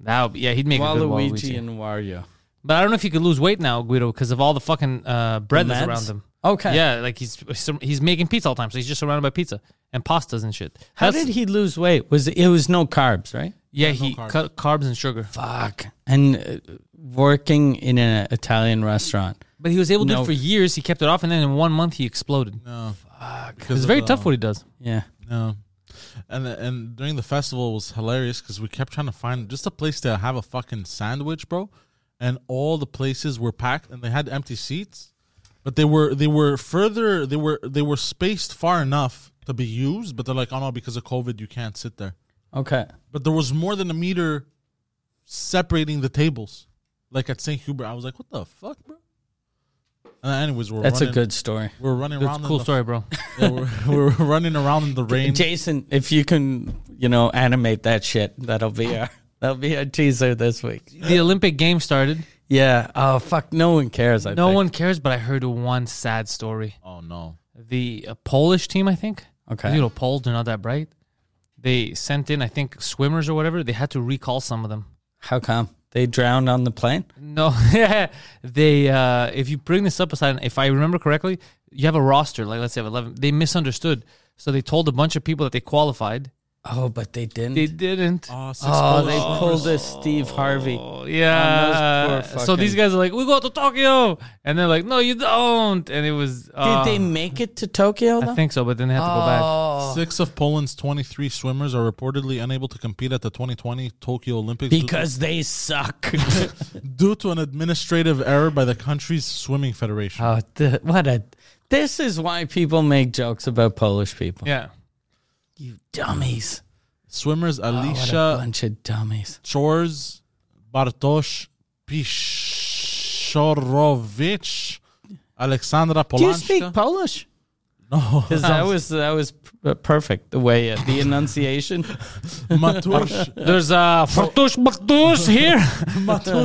[SPEAKER 1] That would be, yeah, he'd make a good
[SPEAKER 2] Waluigi
[SPEAKER 1] Waluigi.
[SPEAKER 2] and Wario.
[SPEAKER 1] but I don't know if he could lose weight now, Guido, because of all the fucking uh, bread that's
[SPEAKER 2] meds?
[SPEAKER 1] around him.
[SPEAKER 2] Okay.
[SPEAKER 1] Yeah, like he's he's making pizza all the time, so he's just surrounded by pizza and pastas and shit.
[SPEAKER 2] How
[SPEAKER 1] That's-
[SPEAKER 2] did he lose weight? Was it, it was no carbs, right?
[SPEAKER 1] Yeah, he cut carbs and sugar.
[SPEAKER 2] Fuck. And uh, working in an Italian restaurant.
[SPEAKER 1] But he was able to do
[SPEAKER 2] No.
[SPEAKER 1] it for years. He kept it off, and then in one month he exploded.
[SPEAKER 3] No,
[SPEAKER 1] It's very tough what he does.
[SPEAKER 2] Yeah.
[SPEAKER 3] No, and and during the festival was hilarious because we kept trying to find just a place to have a fucking sandwich, bro. And all the places were packed, and they had empty seats, but they were they were further they were they were spaced far enough to be used, but they're like, oh no, because of COVID, you can't sit there.
[SPEAKER 2] Okay.
[SPEAKER 3] But there was more than a meter separating the tables, like at St. Hubert. I was like, what the fuck, bro. And anyways, we're
[SPEAKER 2] That's a
[SPEAKER 3] running,
[SPEAKER 2] good story.
[SPEAKER 3] We're running
[SPEAKER 1] That's
[SPEAKER 3] around.
[SPEAKER 1] a
[SPEAKER 3] in
[SPEAKER 1] cool
[SPEAKER 3] the-
[SPEAKER 1] story, bro.
[SPEAKER 3] Yeah, we're, we're running around in the rain.
[SPEAKER 2] Jason, if you can, you know, animate that shit, that'll be our that'll be our teaser this week.
[SPEAKER 1] the Olympic game started.
[SPEAKER 2] Yeah. Oh fuck, no one cares. I
[SPEAKER 1] No
[SPEAKER 2] think.
[SPEAKER 1] one cares, but I heard one sad story.
[SPEAKER 3] Oh no!
[SPEAKER 1] The uh, Polish team, I think.
[SPEAKER 2] Okay.
[SPEAKER 1] You know, Poles are not that bright. They sent in, I think, swimmers or whatever. They had to recall some of them.
[SPEAKER 2] How come they drowned on the plane?
[SPEAKER 1] No, they. Uh, if you bring this up, aside, if I remember correctly, you have a roster. Like let's say of eleven. They misunderstood, so they told a bunch of people that they qualified.
[SPEAKER 2] Oh, but they didn't.
[SPEAKER 1] They didn't.
[SPEAKER 3] Oh, six
[SPEAKER 2] oh,
[SPEAKER 3] Polish
[SPEAKER 2] they
[SPEAKER 3] swimmers.
[SPEAKER 2] pulled this Steve Harvey.
[SPEAKER 1] Oh, yeah.
[SPEAKER 2] On those poor
[SPEAKER 1] So these
[SPEAKER 2] fucking-
[SPEAKER 1] guys are like, we go to Tokyo, and they're like, no, you don't. And it was.
[SPEAKER 2] Did
[SPEAKER 1] Uh,
[SPEAKER 2] they Oh. make it to Tokyo? Though?
[SPEAKER 1] I think so, but then they had to go back.
[SPEAKER 3] Six of Poland's 23 swimmers are reportedly unable to compete at the 2020 Tokyo Olympics due-
[SPEAKER 2] because they suck.
[SPEAKER 3] due to an administrative error by the country's swimming federation.
[SPEAKER 2] oh, th- what a! This is why people make jokes about Polish people.
[SPEAKER 1] Yeah.
[SPEAKER 2] You dummies!
[SPEAKER 3] Swimmers
[SPEAKER 2] Oh, What a
[SPEAKER 3] Alicia
[SPEAKER 2] bunch of dummies.
[SPEAKER 3] Chors, Bartosz Pishorovich, Alexandra Polanska.
[SPEAKER 2] Do you speak Polish?
[SPEAKER 3] no,
[SPEAKER 2] Because that was that was p- uh, perfect the way uh, the enunciation.
[SPEAKER 3] Matusz.
[SPEAKER 1] There's a Fartush Maktush here.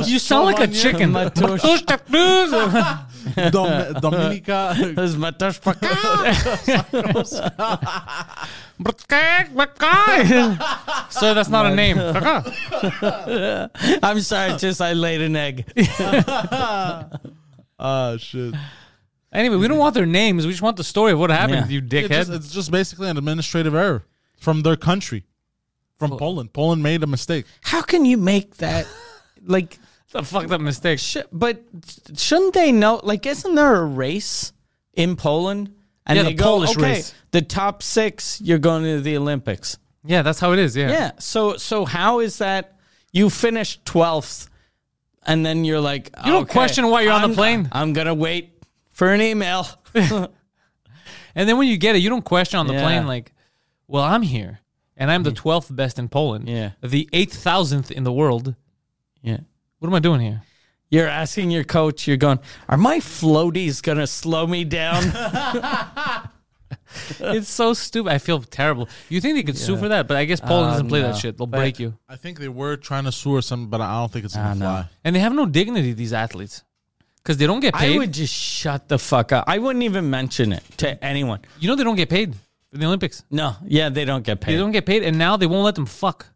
[SPEAKER 1] you sound like a
[SPEAKER 3] Solange.
[SPEAKER 1] chicken.
[SPEAKER 2] Matush.
[SPEAKER 1] Fartush Maktush.
[SPEAKER 3] Dom- Dominika
[SPEAKER 2] There's my touch for-
[SPEAKER 1] Brtkak, brtkak. Sir, that's not a name.
[SPEAKER 2] I'm sorry, just I laid an egg.
[SPEAKER 3] Ah, shit.
[SPEAKER 1] anyway, we don't want their names. We just want the story of what happened, you
[SPEAKER 2] Yeah.
[SPEAKER 3] It
[SPEAKER 1] dickhead.
[SPEAKER 3] just, it's just basically an administrative error from their country, from Poland. Poland made a mistake.
[SPEAKER 2] How can you make that? Like,
[SPEAKER 1] a fucked up mistake.
[SPEAKER 2] sh- but shouldn't they know? Like, isn't there a race in Poland? And
[SPEAKER 1] Yeah, the
[SPEAKER 2] they go,
[SPEAKER 1] Polish
[SPEAKER 2] okay,
[SPEAKER 1] race."
[SPEAKER 2] the top six, you're going to the Olympics.
[SPEAKER 1] Yeah, that's how it is. Yeah.
[SPEAKER 2] Yeah. So, so how is that? You finished twelfth, and then you're like,
[SPEAKER 1] You don't
[SPEAKER 2] okay,
[SPEAKER 1] question why you're on the
[SPEAKER 2] I'm-
[SPEAKER 1] plane.
[SPEAKER 2] I'm gonna wait for an email.
[SPEAKER 1] And then when you get it, you don't question on the
[SPEAKER 2] Yeah.
[SPEAKER 1] plane, like, well, I'm here. and I'm the 12th best in Poland,
[SPEAKER 2] Yeah.
[SPEAKER 1] the 8,000th in the world,
[SPEAKER 2] Yeah.
[SPEAKER 1] what am I doing here?
[SPEAKER 2] You're asking your coach, you're going, are my floaties going to slow me down?
[SPEAKER 1] it's so stupid. I feel terrible. You think they could sue for that? But I guess Poland
[SPEAKER 2] Uh,
[SPEAKER 1] doesn't play that shit. They'll break you.
[SPEAKER 3] I think they were trying to sue or something, but I don't think it's gonna fly.
[SPEAKER 1] And they have no dignity, these athletes, because they don't get paid.
[SPEAKER 2] I would just shut the fuck up. I wouldn't even mention it to anyone.
[SPEAKER 1] you know, they don't get paid in the Olympics.
[SPEAKER 2] No, yeah, they don't get paid.
[SPEAKER 1] They don't get paid, and now they won't let them fuck.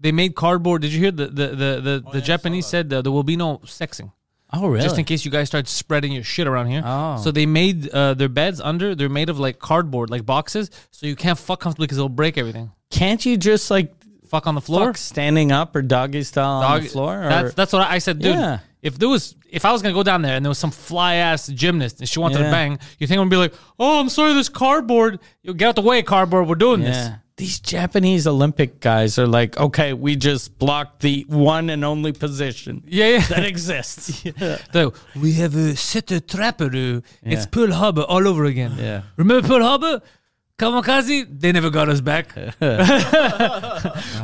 [SPEAKER 1] They made cardboard. Did you hear the the the the, the Japanese said that there will be no sexing,
[SPEAKER 2] oh, really?
[SPEAKER 1] just in case you guys start spreading your shit around here.
[SPEAKER 2] Oh.
[SPEAKER 1] So they made uh, their beds under. They're made of like cardboard, like boxes, so you can't fuck comfortably because it'll break everything.
[SPEAKER 2] Can't you just like
[SPEAKER 1] Fuck on the floor.
[SPEAKER 2] fuck standing up or doggy style on the
[SPEAKER 1] Dog-
[SPEAKER 2] floor? Or,
[SPEAKER 1] That's that's what I said, dude.
[SPEAKER 2] Yeah.
[SPEAKER 1] If there was, if I was gonna go down there and there was some fly ass gymnast and she wanted to
[SPEAKER 2] Yeah.
[SPEAKER 1] bang, you think I'm gonna be like, oh, I'm sorry, there's cardboard. You get out the way, cardboard. We're doing this.
[SPEAKER 2] yeah. These Japanese Olympic guys are like, okay, we just blocked the one and only position
[SPEAKER 1] Yeah, yeah.
[SPEAKER 2] that exists.
[SPEAKER 1] So, we have a set a trapper. uh, It's
[SPEAKER 2] Yeah.
[SPEAKER 1] Pearl Harbor all over again.
[SPEAKER 2] Yeah.
[SPEAKER 1] Remember Pearl Harbor? Kamikaze? They never got us back.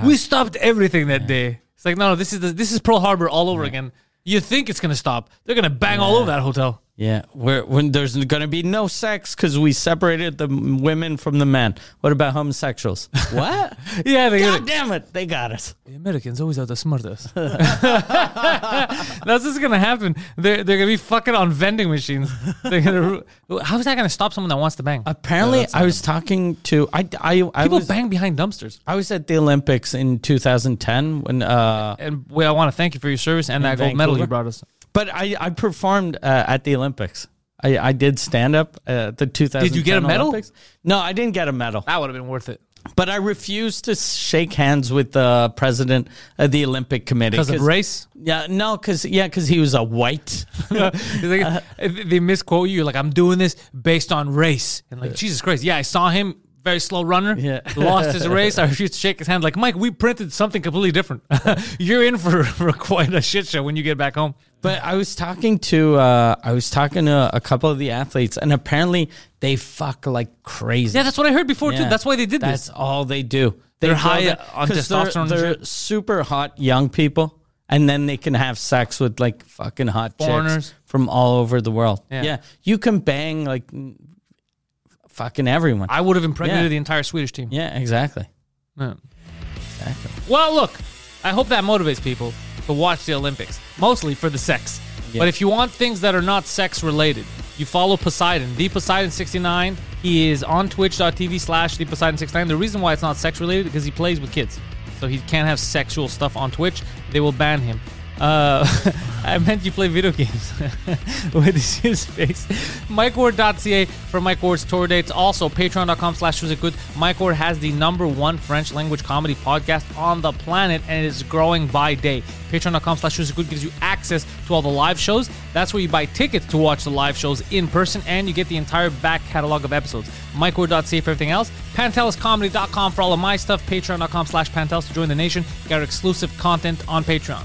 [SPEAKER 1] we stopped everything that day. It's like, no, no, this is the, this is Pearl Harbor all over again. You think it's gonna stop? They're gonna bang all over that hotel.
[SPEAKER 2] Yeah, where when there's going to be no sex because we separated the m- women from the men. What about homosexuals? What?
[SPEAKER 1] Yeah, they
[SPEAKER 2] God damn it, they got us.
[SPEAKER 1] The Americans always outsmart us. That's what's gonna happen. They're they're gonna be fucking on vending machines. They're gonna. ru- How is that gonna stop someone that wants to bang?
[SPEAKER 2] Apparently, I was talking to I I I
[SPEAKER 1] People
[SPEAKER 2] was,
[SPEAKER 1] bang behind dumpsters.
[SPEAKER 2] I was at the Olympics in 2010 when uh
[SPEAKER 1] And well, I want to thank you for your service and that gold medal you
[SPEAKER 2] Vancouver?
[SPEAKER 1] brought us.
[SPEAKER 2] but I I performed uh, at the Olympics. I I did stand up uh, at the 2010
[SPEAKER 1] Did you get a medal?
[SPEAKER 2] Olympics. No, I didn't get a medal.
[SPEAKER 1] That would have been worth it.
[SPEAKER 2] But I refused to shake hands with the president of the Olympic Committee
[SPEAKER 1] Because of race,
[SPEAKER 2] Yeah, no, because yeah, because he was a white.
[SPEAKER 1] It's like, if they misquote you. You're like, I'm doing this based on race, and like, Jesus Christ, yeah, I saw him, very slow runner,
[SPEAKER 2] Yeah.
[SPEAKER 1] lost his race. I refused to shake his hand. Like, Mike, we printed something completely different. You're in for, for quite a shit show when you get back home.
[SPEAKER 2] But I was talking to uh, I was talking to a couple of the athletes, and apparently they fuck like crazy.
[SPEAKER 1] Yeah, that's what I heard before too.
[SPEAKER 2] Yeah.
[SPEAKER 1] That's why they did
[SPEAKER 2] That's
[SPEAKER 1] this.
[SPEAKER 2] all they do. They
[SPEAKER 1] They're
[SPEAKER 2] go
[SPEAKER 1] high
[SPEAKER 2] there-
[SPEAKER 1] on
[SPEAKER 2] 'cause they're-
[SPEAKER 1] testosterone and
[SPEAKER 2] They're,
[SPEAKER 1] shit.
[SPEAKER 2] super hot young people, and then they can have sex with like fucking hot chicks
[SPEAKER 1] Foreigners.
[SPEAKER 2] from all over the world.
[SPEAKER 1] Yeah.
[SPEAKER 2] Yeah. you can bang like n- fucking everyone.
[SPEAKER 1] I would have impregnated
[SPEAKER 2] Yeah.
[SPEAKER 1] the entire Swedish team.
[SPEAKER 2] yeah, exactly.
[SPEAKER 1] Yeah. Well, look, I hope that motivates people to watch the Olympics, mostly for the sex.
[SPEAKER 2] Yeah.
[SPEAKER 1] But if you want things that are not sex related, you follow Poseidon, the Poseidon69. He is on twitch.tv slash the Poseidon69. The reason why it's not sex related because he plays with kids. So he can't have sexual stuff on Twitch. They will ban him. Uh, I meant you play video games. Wait, this is face. MikeWard.ca for Mike Ward's tour dates. Also, patreon.com slash was it good. Mike Ward has the number one French language comedy podcast on the planet, and it is growing by day. Patreon.com slash was it good gives you access to all the live shows. That's where you buy tickets to watch the live shows in person, and you get the entire back catalog of episodes. MikeWard.ca for everything else. PantelisComedy.com for all of my stuff. Patreon.com slash Pantelis to join the nation. Get our exclusive content on Patreon.